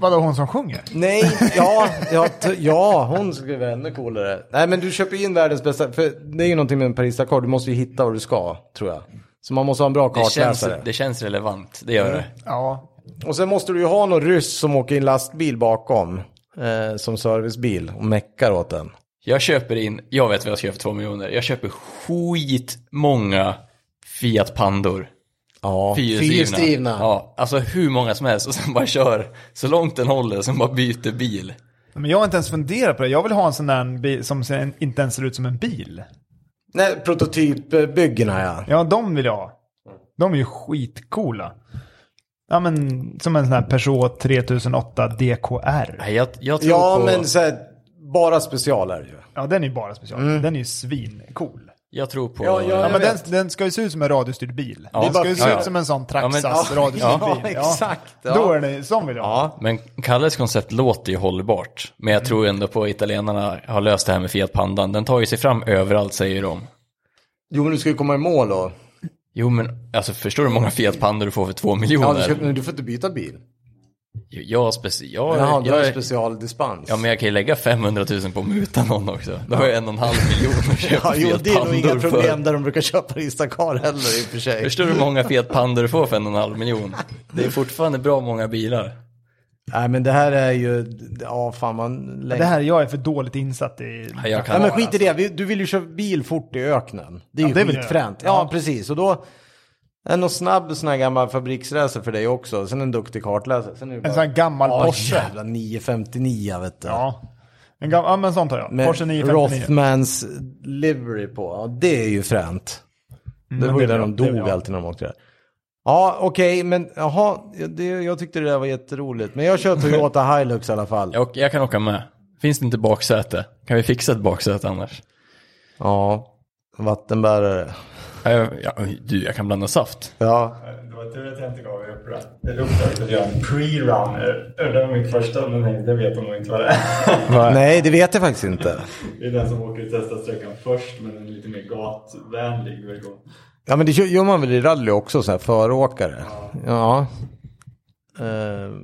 Speaker 3: Vadå, hon som sjunger?
Speaker 1: [LAUGHS] Nej, ja, ja, t- ja hon skulle vara ännu coolare. Nej, men du köper in världens bästa. För det är ju någonting med en Paris-akkord, du måste ju hitta vad du ska, tror jag. Så man måste ha en bra
Speaker 2: det, känns,
Speaker 1: kartläsare.
Speaker 2: det känns relevant, det gör det.
Speaker 3: Ja.
Speaker 1: Och sen måste du ju ha någon ryss som åker in lastbil bakom. Eh, som servicebil och meckar åt den.
Speaker 2: Jag köper in, jag vet vad jag ska göra för två miljoner. Jag köper skitmånga Fiat Pandor.
Speaker 1: Ja,
Speaker 2: Fyrhjulsdrivna.
Speaker 1: fyrhjulsdrivna.
Speaker 2: Ja, alltså hur många som helst och sen bara kör så långt den håller och sen bara byter bil.
Speaker 3: Men jag har inte ens funderat på det. Jag vill ha en sån där bil som ser- inte ens ser ut som en bil.
Speaker 1: Nej, prototypbyggena ja.
Speaker 3: Ja, de vill jag ha. De är ju skitcoola. Ja, men som en sån här Peugeot 3008 DKR.
Speaker 2: Nej, jag, jag tror
Speaker 1: Ja,
Speaker 2: på,
Speaker 1: men så här, bara specialer ju.
Speaker 3: Ja, den är ju bara special. Den är ju svincool.
Speaker 2: jag tror på...
Speaker 1: Mm. Ja, ja,
Speaker 3: Ja,
Speaker 1: Jag
Speaker 3: men den,
Speaker 1: vet.
Speaker 3: den ska ju se ut som en radiostyrd bil.
Speaker 2: Ja.
Speaker 3: Den ska ju se
Speaker 2: Ja,
Speaker 3: ut
Speaker 2: ja.
Speaker 3: som en sån
Speaker 2: men-
Speaker 3: Traxas radiostyrd
Speaker 1: ja, [LAUGHS]
Speaker 3: bil.
Speaker 1: exakt, ja.
Speaker 3: Då är den, sån vill jag ha.
Speaker 1: Ja,
Speaker 2: Men Kalles koncept låter ju hållbart. Men jag tror ändå på att italienarna har löst det här med Fiat Pandan. Den tar ju sig fram överallt säger de.
Speaker 1: Jo, men du ska ju komma i mål då.
Speaker 2: Jo men alltså förstår du hur många Fiat Pandor du får för två
Speaker 1: Ja,
Speaker 2: miljoner?
Speaker 1: du, ska, men du får inte byta bil.
Speaker 2: Jag, speci- jag,
Speaker 1: Jaha, du har
Speaker 2: jag,
Speaker 1: ju specialdispens.
Speaker 2: Ja men jag kan ju lägga 500 000 på att muta någon också. Då har jag en och en halv miljon att
Speaker 1: [LAUGHS] ja,
Speaker 2: köpa
Speaker 1: jo,
Speaker 2: Fiat
Speaker 1: det är nog inga
Speaker 2: Pandor för.
Speaker 1: problem där de brukar köpa Instacar heller i och för sig.
Speaker 2: Förstår du hur många Fiat Pandor du får för en och en halv miljon? Det är fortfarande bra många bilar.
Speaker 1: Nej, men det här är ju, ja fan man
Speaker 3: Det
Speaker 1: längtar.
Speaker 3: här, jag är för dåligt insatt i...
Speaker 2: Ja, Jag
Speaker 1: Ja,
Speaker 2: kan,
Speaker 1: men skit i det, Vi- du vill ju köra bil fort i öknen. Det är ju
Speaker 3: det vill jag
Speaker 1: skitfränt. Ja, precis. Och då, en och snabb sån här gammal fabriksracer för dig också. Sen en duktig kartläsare. Sen är det bara,
Speaker 3: En sån här gammal
Speaker 1: Ja,
Speaker 3: Porsche.
Speaker 1: jävla 959 vet du.
Speaker 3: Ja. En gam- ja, men sån tar jag.
Speaker 1: Med
Speaker 3: Porsche 959.
Speaker 1: Rothmans livery på. Ja, det är ju fränt. Mm, Det
Speaker 3: men
Speaker 1: var ju
Speaker 3: det
Speaker 1: där
Speaker 3: vill
Speaker 1: de
Speaker 3: jag- det vill
Speaker 1: dog
Speaker 3: jag.
Speaker 1: alltid när de åkte där. Ja, okej, men jaha, det, jag tyckte det där var jätteroligt. Men jag kör Toyota Hilux i alla fall.
Speaker 2: jag, jag kan åka med. Finns det inte baksäte? Kan vi fixa ett baksäte annars?
Speaker 1: Ja, vattenbärare.
Speaker 2: Ja, jag- ja, du, jag kan blanda saft.
Speaker 1: Ja,
Speaker 6: Det var tur att jag inte gav mig uppdrag. Det uppdraget att göra en pre-runner. Det var mitt första, men nej, det vet de nog inte vad det är.
Speaker 1: nej det vet jag faktiskt inte.
Speaker 6: Det är den som åker och testar sträckan först, men en lite mer gatvänlig version.
Speaker 1: Ja, men det kö- gör man väl i rally också, så här föråkare. Ja. Eh,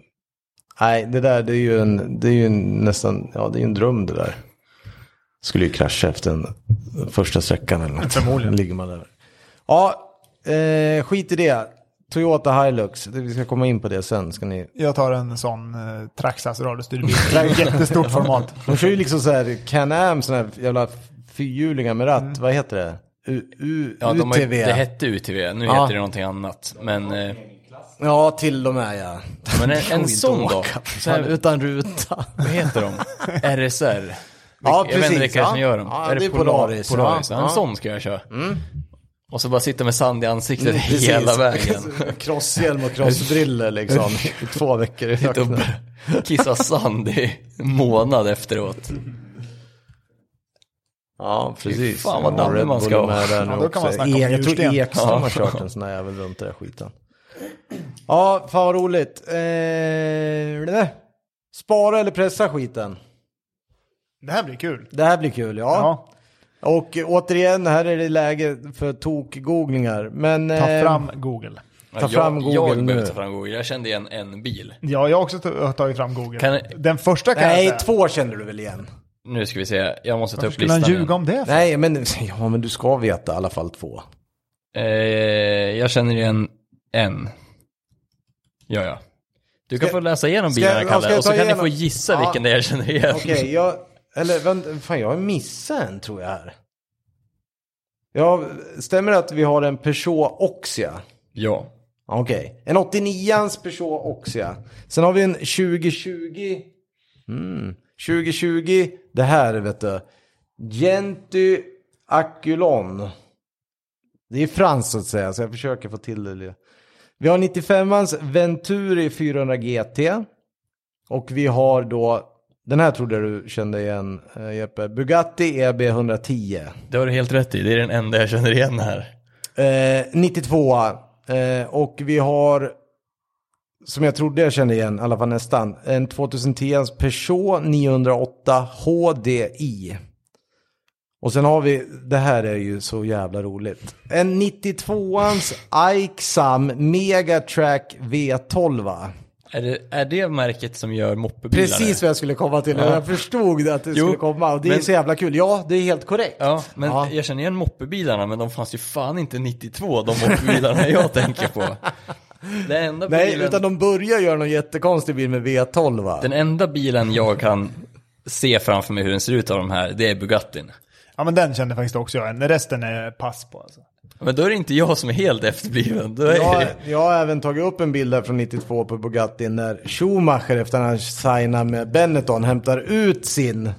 Speaker 1: nej, det där det är ju en, det är ju en nästan, ja det är ju en dröm det där. Skulle ju krascha efter den första sträckan eller något. Förmodligen. [LAUGHS] Ligger man där. Ja, eh, skit i det. Toyota Hilux, det- vi ska komma in på det sen. Ska ni...
Speaker 3: Jag tar en sån eh, Traxas radiostyrd bil. Det är jättestort format.
Speaker 1: De kör ju liksom så här Can-Am, sådana här jävla fyrhjulingar med ratt. Vad heter det? U, U,
Speaker 2: Mm. Ja, de har, ju-
Speaker 1: UTV.
Speaker 2: det hette UTV, nu heter det någonting annat. Men, eh,
Speaker 1: Ja, till och med ja. [LAUGHS]
Speaker 2: men en, en
Speaker 1: Inte
Speaker 2: sån då?
Speaker 1: åka.
Speaker 2: Så här,
Speaker 1: Utan ruta.
Speaker 2: vad
Speaker 1: [LAUGHS]
Speaker 2: heter de? RSR?
Speaker 1: Ja,
Speaker 2: jag vet inte
Speaker 1: precis,
Speaker 2: vilka som
Speaker 1: ja.
Speaker 2: gör dem.
Speaker 1: Ja,
Speaker 2: är
Speaker 1: det
Speaker 2: det
Speaker 1: är
Speaker 2: Polar-
Speaker 1: Polaris,
Speaker 2: Polaris?
Speaker 1: ja.
Speaker 2: ja.
Speaker 1: Ja. Mm.
Speaker 2: En sån ska jag köra. Och så bara sitta med sand i ansiktet
Speaker 1: [LAUGHS] Precis.
Speaker 2: [LAUGHS] hela vägen.
Speaker 1: [LAUGHS] Crosshjälm och crossbriller
Speaker 2: [LAUGHS]
Speaker 1: liksom. I två veckor i öknen.
Speaker 2: Dubb. Kissa sand i en månad efteråt.
Speaker 1: Ja, precis.
Speaker 2: fan, vad dammig man ska vara.
Speaker 3: Ja, då kan man snacka om
Speaker 1: e- Jag tror
Speaker 3: njursten.
Speaker 1: Ekström
Speaker 2: Ja.
Speaker 1: har kört en sån där jävel runt i den där skiten. Ja, fan vad roligt. Eh, det. Spara eller pressa skiten.
Speaker 3: Det här blir kul.
Speaker 1: Det här blir kul, ja.
Speaker 3: Ja,
Speaker 1: Och eh, återigen, här är det läge för tok-googlningar. Men...
Speaker 3: ta
Speaker 1: eh,
Speaker 3: fram Google.
Speaker 2: Ja,
Speaker 1: Ta fram
Speaker 2: jag,
Speaker 1: Google
Speaker 2: jag
Speaker 1: nu.
Speaker 2: behöver ta fram Google. Jag kände igen en bil.
Speaker 3: Ja, jag har också t- tagit fram Google.
Speaker 2: Kan-
Speaker 3: Den första kan
Speaker 1: Nej,
Speaker 3: jag säga.
Speaker 1: två känner du väl igen?
Speaker 2: Nu ska vi se, jag måste ta upp
Speaker 3: Skulle han
Speaker 2: listan.
Speaker 3: ljuga
Speaker 2: igen.
Speaker 3: om det? för?
Speaker 1: Nej, men, [LAUGHS] ja, men du ska veta i alla fall två.
Speaker 2: Eh, jag känner igen en. Ja, ja. Du kan få läsa igenom
Speaker 1: ska-
Speaker 2: bilarna,
Speaker 1: ja,
Speaker 2: Kalle,
Speaker 1: ska jag
Speaker 2: och så
Speaker 1: ta
Speaker 2: kan
Speaker 1: igenom-
Speaker 2: ni få gissa
Speaker 1: Ja.
Speaker 2: vilken det är jag känner igen.
Speaker 1: Okej, jag... Eller vänta, fan jag har missat en tror jag här. Ja, stämmer det att vi har en Peugeot Oxia?
Speaker 2: [LAUGHS] Ja.
Speaker 1: Okej, en 89ans Peugeot Oxia. Sen har vi en 2020. Mm. 2020, det här vet du. Genty Aculon. Det är franskt så att säga, så jag försöker få till det lite. Vi har 95ans Venturi 400 GT. Och vi har då, den här trodde jag du kände igen eh, Jeppe, Bugatti E EB 110.
Speaker 2: Det har du helt rätt i, det är den enda jag känner igen här.
Speaker 1: Eh, 92 eh, och vi har, som jag trodde jag kände igen, i alla fall nästan, en 2010 Peugeot 908 HDI. Och sen har vi, det här är ju så jävla roligt. En 92ans Aixam Megatrack V12.
Speaker 2: Är det, är det märket som gör moppebilar?
Speaker 1: Precis vad jag skulle komma till, jag förstod att det
Speaker 2: Jo,
Speaker 1: skulle komma och det är
Speaker 2: men-
Speaker 1: så jävla kul. Ja, det är helt korrekt.
Speaker 2: Ja, men
Speaker 1: Ja.
Speaker 2: jag känner igen moppebilarna, men de fanns ju fan inte 92, de
Speaker 1: [LAUGHS]
Speaker 2: moppebilarna jag tänker på. Den enda,
Speaker 1: Nej,
Speaker 2: bilen,
Speaker 1: utan de börjar göra någon jättekonstig bil med V12. va?
Speaker 2: den enda bilen jag kan se framför mig hur den ser ut av de här, det är Bugattin.
Speaker 3: Ja, men den kände faktiskt också jag igen. Resten är pass på alltså.
Speaker 2: Men då är det inte jag som är helt efterbliven. Då är
Speaker 1: Jag,
Speaker 3: [LAUGHS]
Speaker 2: det...
Speaker 1: jag har även tagit upp en bild där från 92 på Bugatti när Schumacher efter att han signar med Benetton hämtar ut sin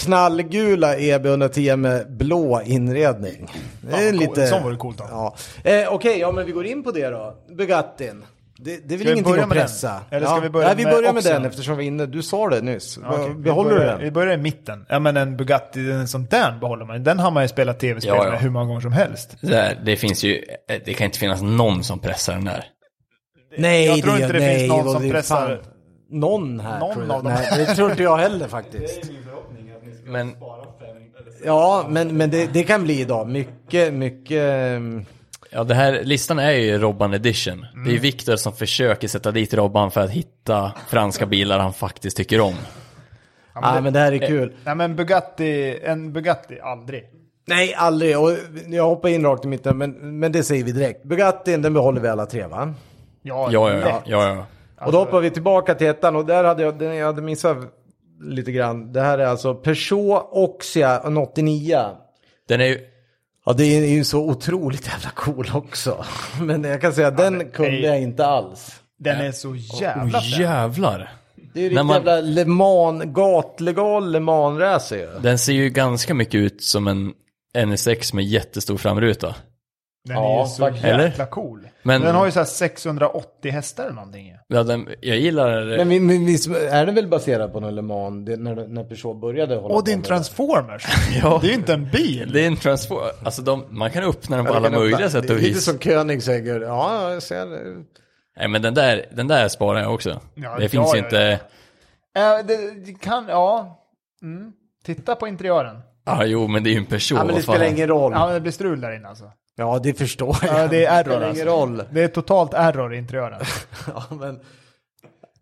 Speaker 1: knallgula E EB110 med blå inredning. Det är
Speaker 3: Fan, vad cool.
Speaker 1: lite...
Speaker 3: Sån var det coolt då.
Speaker 1: Ja. Eh, Okej, ja men vi går in på det då. Bugattin. Det, det är väl
Speaker 3: vi
Speaker 1: ingenting
Speaker 3: börja
Speaker 1: att
Speaker 3: med den?
Speaker 1: pressa.
Speaker 3: Eller ska
Speaker 1: ja.
Speaker 3: vi börja
Speaker 1: Nej, vi
Speaker 3: med
Speaker 1: börjar med
Speaker 3: Oxen?
Speaker 1: den eftersom vi är inne. Du sa det nyss.
Speaker 3: Okej, vi
Speaker 1: Behåller du
Speaker 3: börjar-
Speaker 1: den?
Speaker 3: Vi börjar i mitten. Ja men en Bugatti, en sån där behåller man. Den har man ju spelat tv-spel
Speaker 2: Ja, ja.
Speaker 3: med hur många gånger som helst.
Speaker 2: Det, här, det finns ju, det kan inte finnas någon som pressar den där.
Speaker 1: Nej,
Speaker 3: Jag tror inte det
Speaker 1: nej,
Speaker 3: finns någon
Speaker 1: vad
Speaker 3: som
Speaker 1: det är
Speaker 3: pressar-
Speaker 1: fan- Någon här
Speaker 3: Någon
Speaker 1: tror jag.
Speaker 3: av dem.
Speaker 1: Nej, det tror inte jag heller faktiskt.
Speaker 7: Det är min förhoppning att ni ska
Speaker 2: Men-
Speaker 7: spara fem eller sex.
Speaker 1: Ja, men, men det, det kan bli idag. Mycket, mycket... ehm,
Speaker 2: Ja, det här, listan är ju Robban edition. Det
Speaker 1: Mm.
Speaker 2: är Viktor som försöker sätta dit Robban för att hitta franska bilar han faktiskt tycker om.
Speaker 3: Ja,
Speaker 1: Ja,
Speaker 3: men
Speaker 1: ah,
Speaker 3: det-
Speaker 1: men det här är kul.
Speaker 3: Nej men Bugatti, en Bugatti, aldrig.
Speaker 1: Nej, aldrig. Och jag hoppar in rakt i mitten, men, men det säger vi direkt. Bugattin, den behåller vi alla tre, va?
Speaker 3: Ja,
Speaker 2: Ja, ja, ja.
Speaker 3: lätt.
Speaker 2: ja, ja.
Speaker 1: Och
Speaker 3: Alltså-
Speaker 1: då hoppar vi tillbaka till ettan och där hade jag, den jag hade missat lite grann. Det här är alltså Peugeot Oxia en 89.
Speaker 2: Den är ju,
Speaker 1: Ja, det är ju så otroligt jävla cool också. [LAUGHS] Men jag kan säga, den kunde
Speaker 3: nej.
Speaker 1: jag inte alls.
Speaker 3: Den är så jävla
Speaker 2: oh,
Speaker 3: oh,
Speaker 2: jävlar.
Speaker 1: Det är ju
Speaker 2: När
Speaker 1: riktigt
Speaker 2: man-
Speaker 1: jävla Le Mans, gatlegal Le Mans-racer ju.
Speaker 2: Den ser ju ganska mycket ut som en NSX med jättestor framruta.
Speaker 3: Den är
Speaker 1: Ja,
Speaker 3: ju så
Speaker 1: faktiskt.
Speaker 3: jäkla
Speaker 2: Eller?
Speaker 3: cool.
Speaker 2: Men-
Speaker 3: Den har ju så här 680 hästar eller någonting. ju.
Speaker 2: Ja, den, jag gillar
Speaker 1: Men vi, men vi, är den väl baserad på någon Le Mans, det, när, när Peugeot började hålla
Speaker 3: Och det är
Speaker 1: på
Speaker 3: en
Speaker 1: med
Speaker 3: Transformers. Det är ju inte en bil.
Speaker 2: Det är en transform, alltså de, man kan öppna den på
Speaker 1: det?
Speaker 2: alla
Speaker 1: Kan
Speaker 2: möjliga
Speaker 1: öppna.
Speaker 2: sätt
Speaker 1: Det är
Speaker 2: och
Speaker 1: Lite
Speaker 2: vis.
Speaker 1: som Koenigsegger, ja jag ser det.
Speaker 2: Nej men den där, den där sparar jag också.
Speaker 3: Ja,
Speaker 2: det finns
Speaker 3: ja,
Speaker 2: ju
Speaker 3: ja,
Speaker 2: inte,
Speaker 3: Eh, det, det kan, ja. Mm. Titta på interiören.
Speaker 2: ah, jo men det är ju en person.
Speaker 1: Ja men det
Speaker 2: vad
Speaker 1: spelar
Speaker 2: fan.
Speaker 1: ingen roll.
Speaker 3: Ja, men det blir strul där inne alltså.
Speaker 1: Ja det förstår jag.
Speaker 3: Ja, det är error
Speaker 1: spelar
Speaker 3: alltså.
Speaker 1: ingen roll.
Speaker 3: Det är totalt error i interiören.
Speaker 1: Ja, men,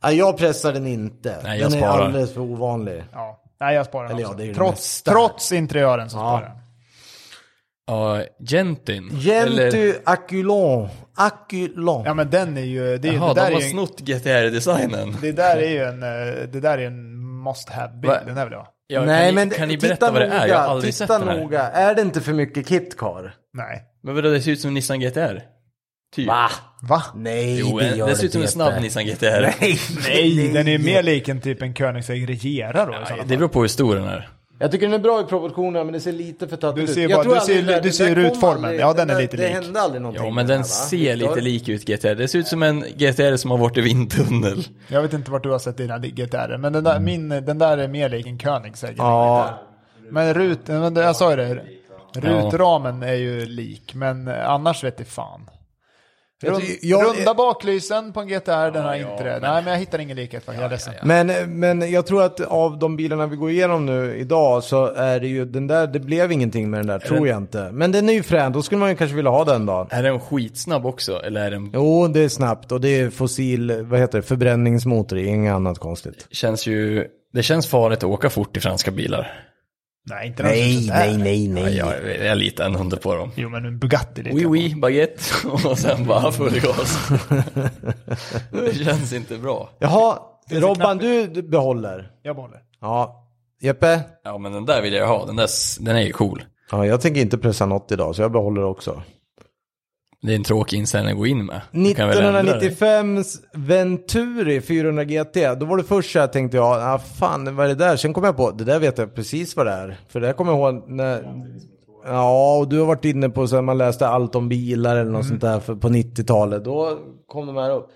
Speaker 1: ja, jag pressar den inte.
Speaker 2: Nej, jag
Speaker 1: den är
Speaker 2: sparar.
Speaker 1: alldeles för ovanlig.
Speaker 3: Ja. Nej, jag sparar den
Speaker 1: Eller ja,
Speaker 3: också.
Speaker 1: det är ju det
Speaker 3: trots,
Speaker 1: mesta.
Speaker 3: trots interiören så sparar jag den.
Speaker 2: Ja, Gentin.
Speaker 1: Gentu Aculon. Aculon.
Speaker 3: Ja, men den är ju... Det, är, ju-
Speaker 2: Jaha,
Speaker 3: det,
Speaker 2: de
Speaker 3: där,
Speaker 2: har
Speaker 3: är ju, en-
Speaker 2: snott GTR-designen.
Speaker 3: det där är ju en... eh, Det där är en must have-bil.
Speaker 2: Va?
Speaker 3: Den där vill jag ha.
Speaker 2: Ja,
Speaker 1: Nej,
Speaker 2: kan,
Speaker 1: men
Speaker 2: ni, kan ni
Speaker 1: titta
Speaker 2: berätta vad det är? Jag har
Speaker 1: noga,
Speaker 2: aldrig
Speaker 1: titta
Speaker 2: sett den här.
Speaker 1: noga. Är det inte för mycket KitKar?
Speaker 3: Nej.
Speaker 2: Men vadå, det ser ut som en Nissan GTR? Typ.
Speaker 1: Va?
Speaker 3: Va?
Speaker 1: Nej,
Speaker 2: Jo, eh,
Speaker 1: det
Speaker 2: det,
Speaker 1: gör
Speaker 2: ser ut som en
Speaker 1: inte.
Speaker 2: snabb Nissan GTR.
Speaker 1: Nej,
Speaker 3: Nej, den är ju mer lik en typ en Koenigsegg Regera då i sådana
Speaker 2: Det
Speaker 3: fall.
Speaker 2: beror på hur stor den är.
Speaker 1: Jag tycker den är bra i proportionerna men det ser lite för tattigt
Speaker 3: Du ser
Speaker 1: ut.
Speaker 3: bara-
Speaker 1: Jag tror
Speaker 3: du
Speaker 1: aldrig
Speaker 3: ser-
Speaker 1: där-
Speaker 3: du ser
Speaker 1: där
Speaker 3: ut
Speaker 1: kom
Speaker 3: formen.
Speaker 1: aldrig-
Speaker 3: Ja, den är
Speaker 1: där-
Speaker 3: lite
Speaker 1: Det
Speaker 3: lik.
Speaker 1: hände aldrig någonting.
Speaker 2: Ja, men
Speaker 1: med
Speaker 2: den
Speaker 1: här, va?
Speaker 2: ser
Speaker 1: Victor?
Speaker 2: lite lik ut GTR. Det ser ut som en GTR som har varit i vindtunnel.
Speaker 3: Jag vet inte vart du har sett dina GTR, men den där, min, den där är mer lik en König säkert.
Speaker 1: Mm. Ja,
Speaker 3: Men rut, men det- jag sa ju det, rutramen är ju lik, men annars vet jag fan. Rund,
Speaker 1: jag-
Speaker 3: runda baklysen på en GTR, den har inte det. Nej, men jag hittar ingen likhet faktiskt, jag är ledsen.
Speaker 1: men, eh, men jag tror att av de bilarna vi går igenom nu idag så är det ju den där, det blev ingenting med den där, tror jag inte. Men den är ju frän, då skulle man ju kanske vilja ha den då.
Speaker 2: Är den skitsnabb också? Eller är den...
Speaker 1: Jo, det är snabbt och det är fossil, vad heter det, förbränningsmotor, inget annat konstigt.
Speaker 2: Känns ju... Det känns farligt att åka fort i franska bilar.
Speaker 3: Nej, inte nej, nej, nej.
Speaker 2: Ja, jag, jag litar en hunde på dem.
Speaker 3: Jo, men en Bugatti lite.
Speaker 2: Oui, oui, baguette. [LAUGHS] Och sen bara full gas. det känns inte bra.
Speaker 1: Jaha, Robban du du behåller.
Speaker 3: Jag behåller.
Speaker 1: Ja, Jeppe?
Speaker 2: Ja, men den där vill jag ha. Den, där, s- den är ju cool.
Speaker 1: Ja, jag tänker inte pressa något idag så jag behåller också.
Speaker 2: Det är en tråkig inställning att gå in med. Du kan väl ändra dig.
Speaker 1: 1995s Venturi 400 GT, då var det först så här tänkte jag, ah, fan vad är det där? Sen kom jag på, det där vet jag precis vad det är. För det här kommer jag ihåg när... Ja, och du har varit inne på så här, man läste allt om bilar eller något
Speaker 2: Mm.
Speaker 1: sånt där för, på 90-talet. Då kom de här upp.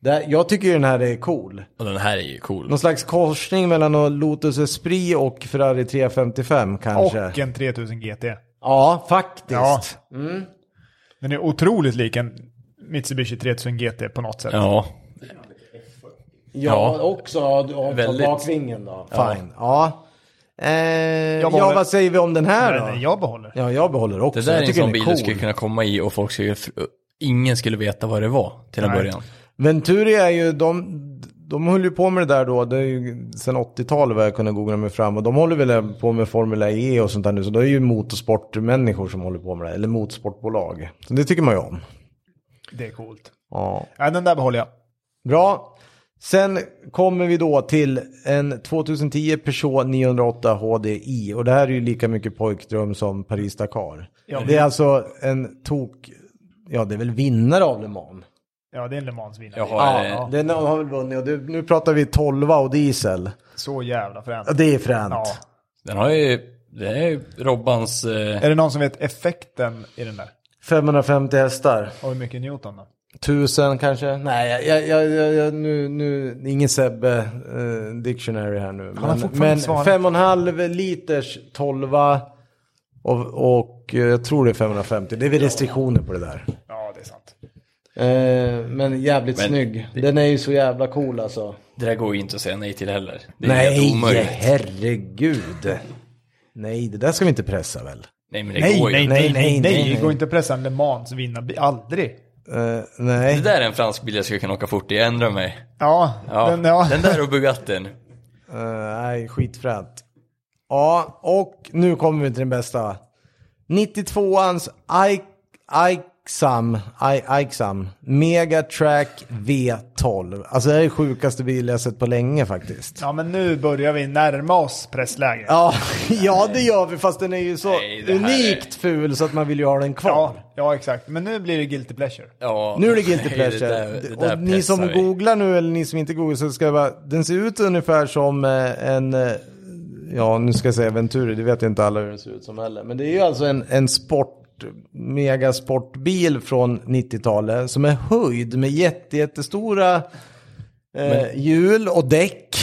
Speaker 1: Det här, jag tycker ju den här är cool.
Speaker 2: Och den här är ju cool.
Speaker 1: Någon slags korsning mellan en Lotus Esprit och Ferrari 355 kanske.
Speaker 3: Och en 3000 GT.
Speaker 1: Ja, faktiskt.
Speaker 3: Ja. Den är otroligt lik en Mitsubishi 3000 GT på något sätt.
Speaker 2: Ja,
Speaker 1: Ja,
Speaker 2: Ja.
Speaker 1: också. Ja, du har
Speaker 2: Väldigt.
Speaker 1: Väldigt. bakvingen då. Fine. Ja. Eh, ja,
Speaker 3: behåller-
Speaker 1: vad säger vi om den här
Speaker 3: Nej,
Speaker 1: då?
Speaker 3: nej, jag behåller.
Speaker 1: Ja, jag behåller också.
Speaker 2: det där är
Speaker 1: jag
Speaker 2: en
Speaker 1: tycker
Speaker 2: sån
Speaker 1: den är
Speaker 2: bil
Speaker 1: cool.
Speaker 2: du skulle kunna komma i och folk skulle... fr- Ingen skulle veta vad det var till en
Speaker 3: Nej.
Speaker 2: början.
Speaker 1: Venturi är ju, de, de höll ju på med det där då, det är ju sen 80-talet vad jag kunde googla mig fram. Och de håller väl på med Formula E och sånt där nu. Så det är ju motorsportmänniskor som håller på med det, eller motorsportbolag. Så det tycker man ju om.
Speaker 3: Det är coolt.
Speaker 1: Ja.
Speaker 3: Nej, den där behåller jag.
Speaker 1: Bra. Sen kommer vi då till en 2010 Peugeot 908 HDI. Och det här är ju lika mycket pojkdröm som Paris-Dakar.
Speaker 3: Ja,
Speaker 1: det är alltså en tok... Ja, det är väl vinnare av Le Mans.
Speaker 3: Ja, det är en Le Mans vinnare.
Speaker 2: Jaha, eh,
Speaker 1: Den har väl vunnit och det, nu pratar vi 12 och diesel.
Speaker 3: Så jävla fränt.
Speaker 1: Ja, Det är fränt.
Speaker 3: Ja.
Speaker 2: Den har ju... Det är ju Robbans... Eh,
Speaker 3: Är det någon som vet effekten i den där?
Speaker 1: 550 hästar.
Speaker 3: Och hur mycket Newton då?
Speaker 1: 1000 kanske? Nej, jag, jag, jag, jag, nu, nu, det är ingen Sebbe eh, dictionary här nu.
Speaker 3: har
Speaker 1: Men,
Speaker 3: fortfarande
Speaker 1: men
Speaker 3: svarat.
Speaker 1: 5,5 liters 12 och, och eh, jag tror det är 550. Det är väl restriktioner på det där.
Speaker 3: Ja, det är sant.
Speaker 1: Eh, men jävligt
Speaker 2: Men-
Speaker 1: snygg. Den är ju så jävla cool alltså.
Speaker 2: Det där går ju inte att säga nej till heller. Det är helt
Speaker 1: Nej,
Speaker 2: omöjligt.
Speaker 1: herregud. Nej, det där ska vi inte pressa väl?
Speaker 2: Nej, men det
Speaker 3: Nej,
Speaker 2: går ju
Speaker 3: nej,
Speaker 2: inte.
Speaker 3: nej, nej, nej.
Speaker 1: nej.
Speaker 3: Det går inte att pressa en Le Mans vinnarbil. Aldrig.
Speaker 1: Eh,
Speaker 2: Det
Speaker 1: nej.
Speaker 2: där är en fransk bil jag skulle kunna åka fort i, jag ändrar mig.
Speaker 3: Ja,
Speaker 2: Ja,
Speaker 3: Den, ja.
Speaker 2: Den där och Bugattin.
Speaker 1: Eh, nej, skitfränt. Ja, och nu kommer vi till den bästa. 92ans Ike- Ikesam, I- Ikesam, Megatrack V12. Alltså det här är sjukaste bil jag sett på länge faktiskt.
Speaker 3: ja, men nu börjar vi närma oss pressläget.
Speaker 1: Ja, [LAUGHS] ja det gör vi fast den är ju så
Speaker 2: Nej, det här
Speaker 1: unikt ful så att man vill ju ha den kvar.
Speaker 3: Ja, ja, exakt. Men nu blir det guilty pleasure.
Speaker 2: Ja,
Speaker 1: Nu är det guilty
Speaker 2: nej,
Speaker 1: pleasure.
Speaker 2: där- det där
Speaker 1: och ni som
Speaker 2: pressar vi.
Speaker 1: googlar nu eller ni som inte googlar så ska jag bara, den ser ut ungefär som eh, en, eh, ja nu ska jag säga Venturi, det vet inte alla hur den ser ut som heller. Men det är ju alltså en, en sport, megasportbil från 90-talet som är höjd med jätte, jättestora eh, hjul och däck.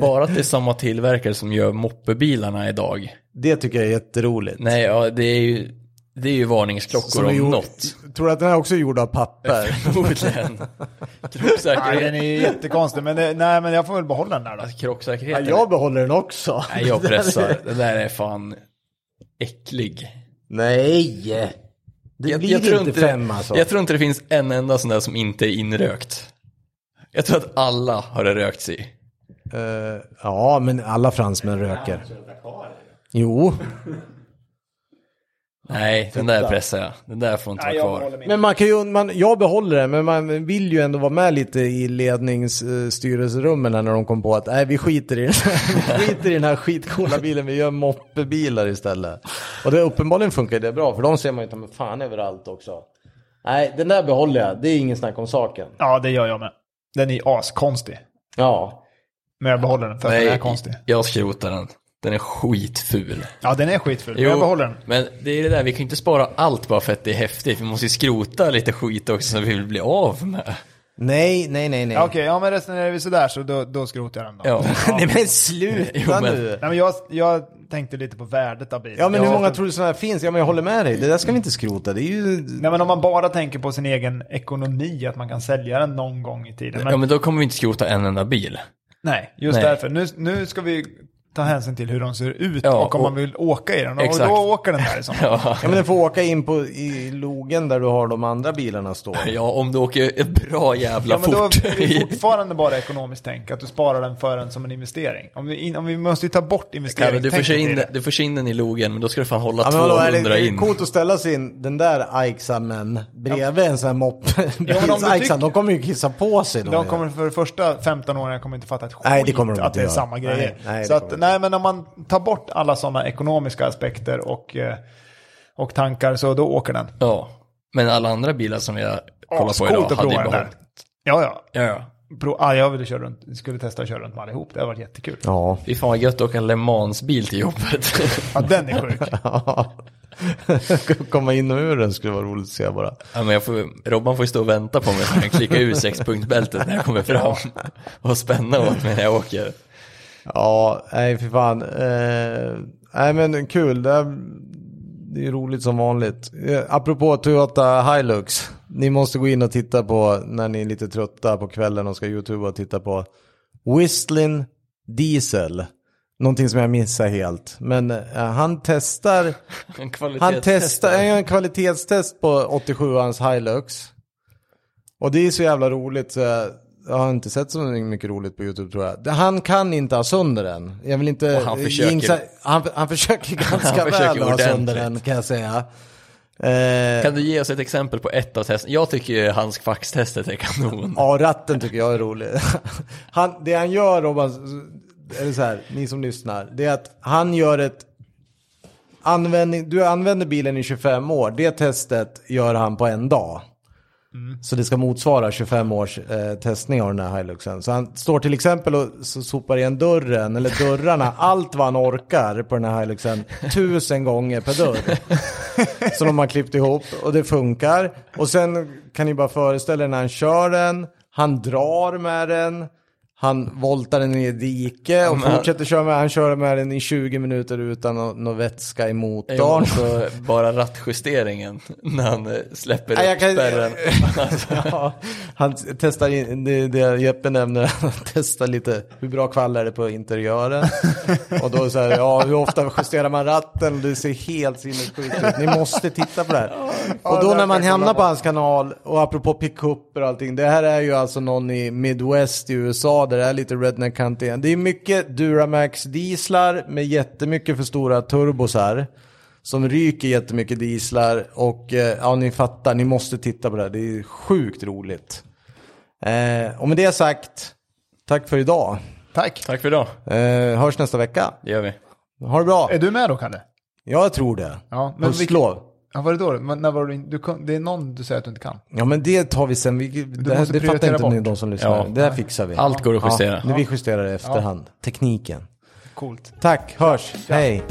Speaker 2: Bara att det är samma tillverkare som gör moppebilarna idag.
Speaker 1: [LAUGHS] det tycker jag är jätteroligt.
Speaker 2: Nej, ja, det är ju, det är ju varningsklockor
Speaker 1: Som är
Speaker 2: om
Speaker 1: gjord-
Speaker 2: något.
Speaker 1: Tror du att den här också är gjord av
Speaker 2: [LAUGHS]
Speaker 1: papper?
Speaker 2: Förmodligen.
Speaker 3: Nej, den
Speaker 2: Krocksäkerhet.
Speaker 3: är ju jättekonstig. Men, det, nej, men jag får väl behålla den där då.
Speaker 1: Ja,
Speaker 2: Krocksäkerheten.
Speaker 1: [LAUGHS] jag behåller den också.
Speaker 2: Nej, jag
Speaker 1: [LAUGHS]
Speaker 2: pressar. Det där är fan äcklig.
Speaker 1: Nej! Det blir inte fem alltså.
Speaker 2: Jag tror inte det finns en enda sån där som inte är inrökt. Jag tror att alla har det rökts i.
Speaker 1: Eh, ja, men alla fransmän röker. Jo,
Speaker 2: Nej, den där pressar jag. Den där får inte
Speaker 3: Nej, jag
Speaker 2: vara kvar.
Speaker 3: behåller min.
Speaker 1: men man kan ju, man, jag behåller det, men man vill ju ändå vara med lite i ledningsstyrelserummen här när de kom på att nej, vi skiter i den här, [LAUGHS] vi skiter i den här skitcoola bilen, vi gör moppebilar istället. Och det uppenbarligen funkar det bra, för de ser man ju ta mig fan överallt också. Nej, den där behåller jag, det är ingen snack om saken.
Speaker 3: Ja, det gör jag med. Den är askonstig.
Speaker 1: Ja,
Speaker 3: Men jag behåller den för att den är
Speaker 2: Nej,
Speaker 3: konstig.
Speaker 2: jag skrotar den. Den är skitful.
Speaker 3: Ja, den är skitful. men Jag behåller den.
Speaker 2: men det är det där, vi kan ju inte spara allt bara för att det är häftigt. Vi måste ju skrota lite skit också som vi vill bli av med.
Speaker 1: Nej, nej, nej, nej.
Speaker 3: Ja, Okej, ja men resonerar vi sådär så då, då skrotar jag den då. [LAUGHS]
Speaker 2: Ja.
Speaker 1: nej men sluta
Speaker 2: Jo, men-
Speaker 1: nu.
Speaker 3: Nej, men jag, jag tänkte lite på värdet av bilen.
Speaker 1: Ja men hur
Speaker 3: Jag-
Speaker 1: många tror du sådana här finns? Ja men jag håller med dig, det där ska vi inte skrota. Det är ju...
Speaker 3: Nej men om man bara tänker på sin egen ekonomi, att man kan sälja den någon gång i tiden. Men,
Speaker 2: ja, men då kommer vi inte skrota en enda bil.
Speaker 3: nej, just
Speaker 2: Nej.
Speaker 3: därför. Nu, nu ska vi ta hänsyn till hur de ser ut
Speaker 2: Ja,
Speaker 3: och om
Speaker 2: och-
Speaker 3: man vill åka i den. Och
Speaker 2: Exakt.
Speaker 3: då åker den därifrån.
Speaker 2: [LAUGHS] Ja.
Speaker 1: Ja men den får åka in på i logen där du har de andra bilarna
Speaker 3: [LAUGHS]
Speaker 1: stå.
Speaker 2: ja, om du åker ett bra jävla
Speaker 3: Ja, men då
Speaker 2: fort.
Speaker 3: är
Speaker 2: [LAUGHS]
Speaker 3: det fortfarande bara ekonomiskt tänk, att du sparar den för den som en investering. Om vi, in, om vi måste ju ta bort
Speaker 2: Ja, men
Speaker 3: investeringstänket
Speaker 2: du, får se
Speaker 3: i
Speaker 2: in,
Speaker 3: det.
Speaker 2: du får se in den i logen, men då ska du fan hålla
Speaker 1: Ja, men vadå, är det,
Speaker 2: 200
Speaker 1: det är
Speaker 2: in.
Speaker 1: coolt att ställa sin, den där Aixamen bredvid en sån här [LAUGHS] moppe.
Speaker 3: men om du
Speaker 1: Aixan,
Speaker 3: tycker-
Speaker 1: de kommer ju kissa på sig då.
Speaker 3: De kommer för de första 15 åren kommer inte fatta ett skit
Speaker 1: Nej, det kommer de
Speaker 3: att
Speaker 1: inte
Speaker 3: det är
Speaker 1: göra.
Speaker 3: samma grejer.
Speaker 1: Nej, nej, det
Speaker 3: så
Speaker 1: kommer
Speaker 3: att,
Speaker 1: de
Speaker 3: nej, men om man tar bort alla sådana ekonomiska aspekter och, eh, och tankar så då åker den.
Speaker 2: Ja. Men alla andra bilar som vi har kollat på
Speaker 3: Ascoolt
Speaker 2: idag
Speaker 3: att
Speaker 2: hade ju
Speaker 3: prova den
Speaker 2: behållit.
Speaker 3: där. Ja, ja.
Speaker 2: Ja, ja.
Speaker 3: Pro, ah, jag ville köra runt, skulle testa att köra runt med allihop. Det hade varit jättekul. Ja,
Speaker 1: Ja. [LAUGHS]
Speaker 2: Fy fan vad gött att åka en Le Mans-bil till jobbet. [LAUGHS]
Speaker 3: den
Speaker 1: [LAUGHS]
Speaker 3: är sjuk.
Speaker 1: Komma in och ur den skulle vara roligt att se bara.
Speaker 2: ja, men jag får, Robban får ju stå och vänta på mig så jag kan klicka ur sexpunktbältet när jag kommer fram. [LAUGHS] och spänna åt mig när jag åker.
Speaker 1: Ja, nej för fan. Eh, nej men kul, det, är, det är ju roligt som vanligt. Eh, apropå Toyota Hilux, ni måste gå in och titta på när ni är lite trötta på kvällen och ska youtuba och titta på Whistling Diesel. Någonting som jag missar helt. Men eh, han testar,
Speaker 2: En
Speaker 1: han
Speaker 2: kvalitetstest.
Speaker 1: testar, han gör en kvalitetstest på 87ans Hilux. Och det är så jävla roligt. så jag- Jag har inte sett så mycket roligt på YouTube tror jag. Det- Han kan inte ha sönder den. Jag vill inte
Speaker 2: Och han försöker.
Speaker 1: jinxa- Han, han
Speaker 2: [LAUGHS]
Speaker 1: försöker ganska
Speaker 2: Han försöker
Speaker 1: väl ha sönder
Speaker 2: ordentligt.
Speaker 1: den kan jag säga. Eh,
Speaker 2: Kan du ge oss ett exempel på ett av testen? Jag tycker ju hans faxtestet är kanon.
Speaker 1: Ja, ratten tycker jag är rolig. [LAUGHS] Han, det han gör, Robban, eller så här, ni som lyssnar, det är att han gör ett... Användning, du använder bilen i 25 år, det testet gör han på en dag. Så det ska motsvara 25 års eh, testning av den här Hiluxen. Så han står till exempel och så sopar igen dörren, eller dörrarna, allt vad han orkar på den här Hiluxen, tusen gånger per dörr [LAUGHS] som de har klippt ihop och det funkar. Och sen kan ni bara föreställa er när han kör den, han drar med den, han voltar den i ett dike och fortsätter köra med den. Han kör med den i 20 minuter utan nå- någon vätska i
Speaker 2: Ja,
Speaker 1: motorn.
Speaker 2: och så bara rattjusteringen när han eh, släpper upp
Speaker 1: Nej, jag kan-
Speaker 2: spärren.
Speaker 1: [LAUGHS] Ja, han testar, in, det, det Jeppe nämner, [LAUGHS] han testar lite hur bra kvall är det på interiören. Och då så här, ja hur ofta justerar man ratten? Det ser helt sinnessjukt ut. Ni måste titta på det här. Och då när man hamnar på hans kanal, och apropå pickuper och allting, det här är ju alltså någon i Midwest i USA där det är lite redneck country. Det är mycket Duramax-dieslar med jättemycket för stora turbosar som ryker jättemycket dieslar och eh, ja, ni fattar, ni måste titta på det här. Det är sjukt roligt. Eh, och med det sagt, tack för idag.
Speaker 3: Tack.
Speaker 2: Tack för idag,
Speaker 1: Eh, hörs nästa vecka.
Speaker 2: det gör vi.
Speaker 1: Ha det bra.
Speaker 3: Är du med då, Kalle?
Speaker 1: Ja, jag tror det.
Speaker 3: Ja, men vilken-
Speaker 1: Pusslov.
Speaker 3: Ja, var det då? Men när var du, in- du kan, det är någon du säger att du inte kan.
Speaker 1: Ja, men det tar vi sen. Vi, det här,
Speaker 3: måste
Speaker 1: det fattar
Speaker 3: prioritera
Speaker 1: inte ni,
Speaker 3: bort.
Speaker 1: de som lyssnar.
Speaker 2: Ja.
Speaker 1: Det här fixar vi.
Speaker 2: Allt går att justera.
Speaker 1: Ja, vi justerar det i efterhand. Tekniken.
Speaker 3: Coolt.
Speaker 1: Tack, hörs. Hej.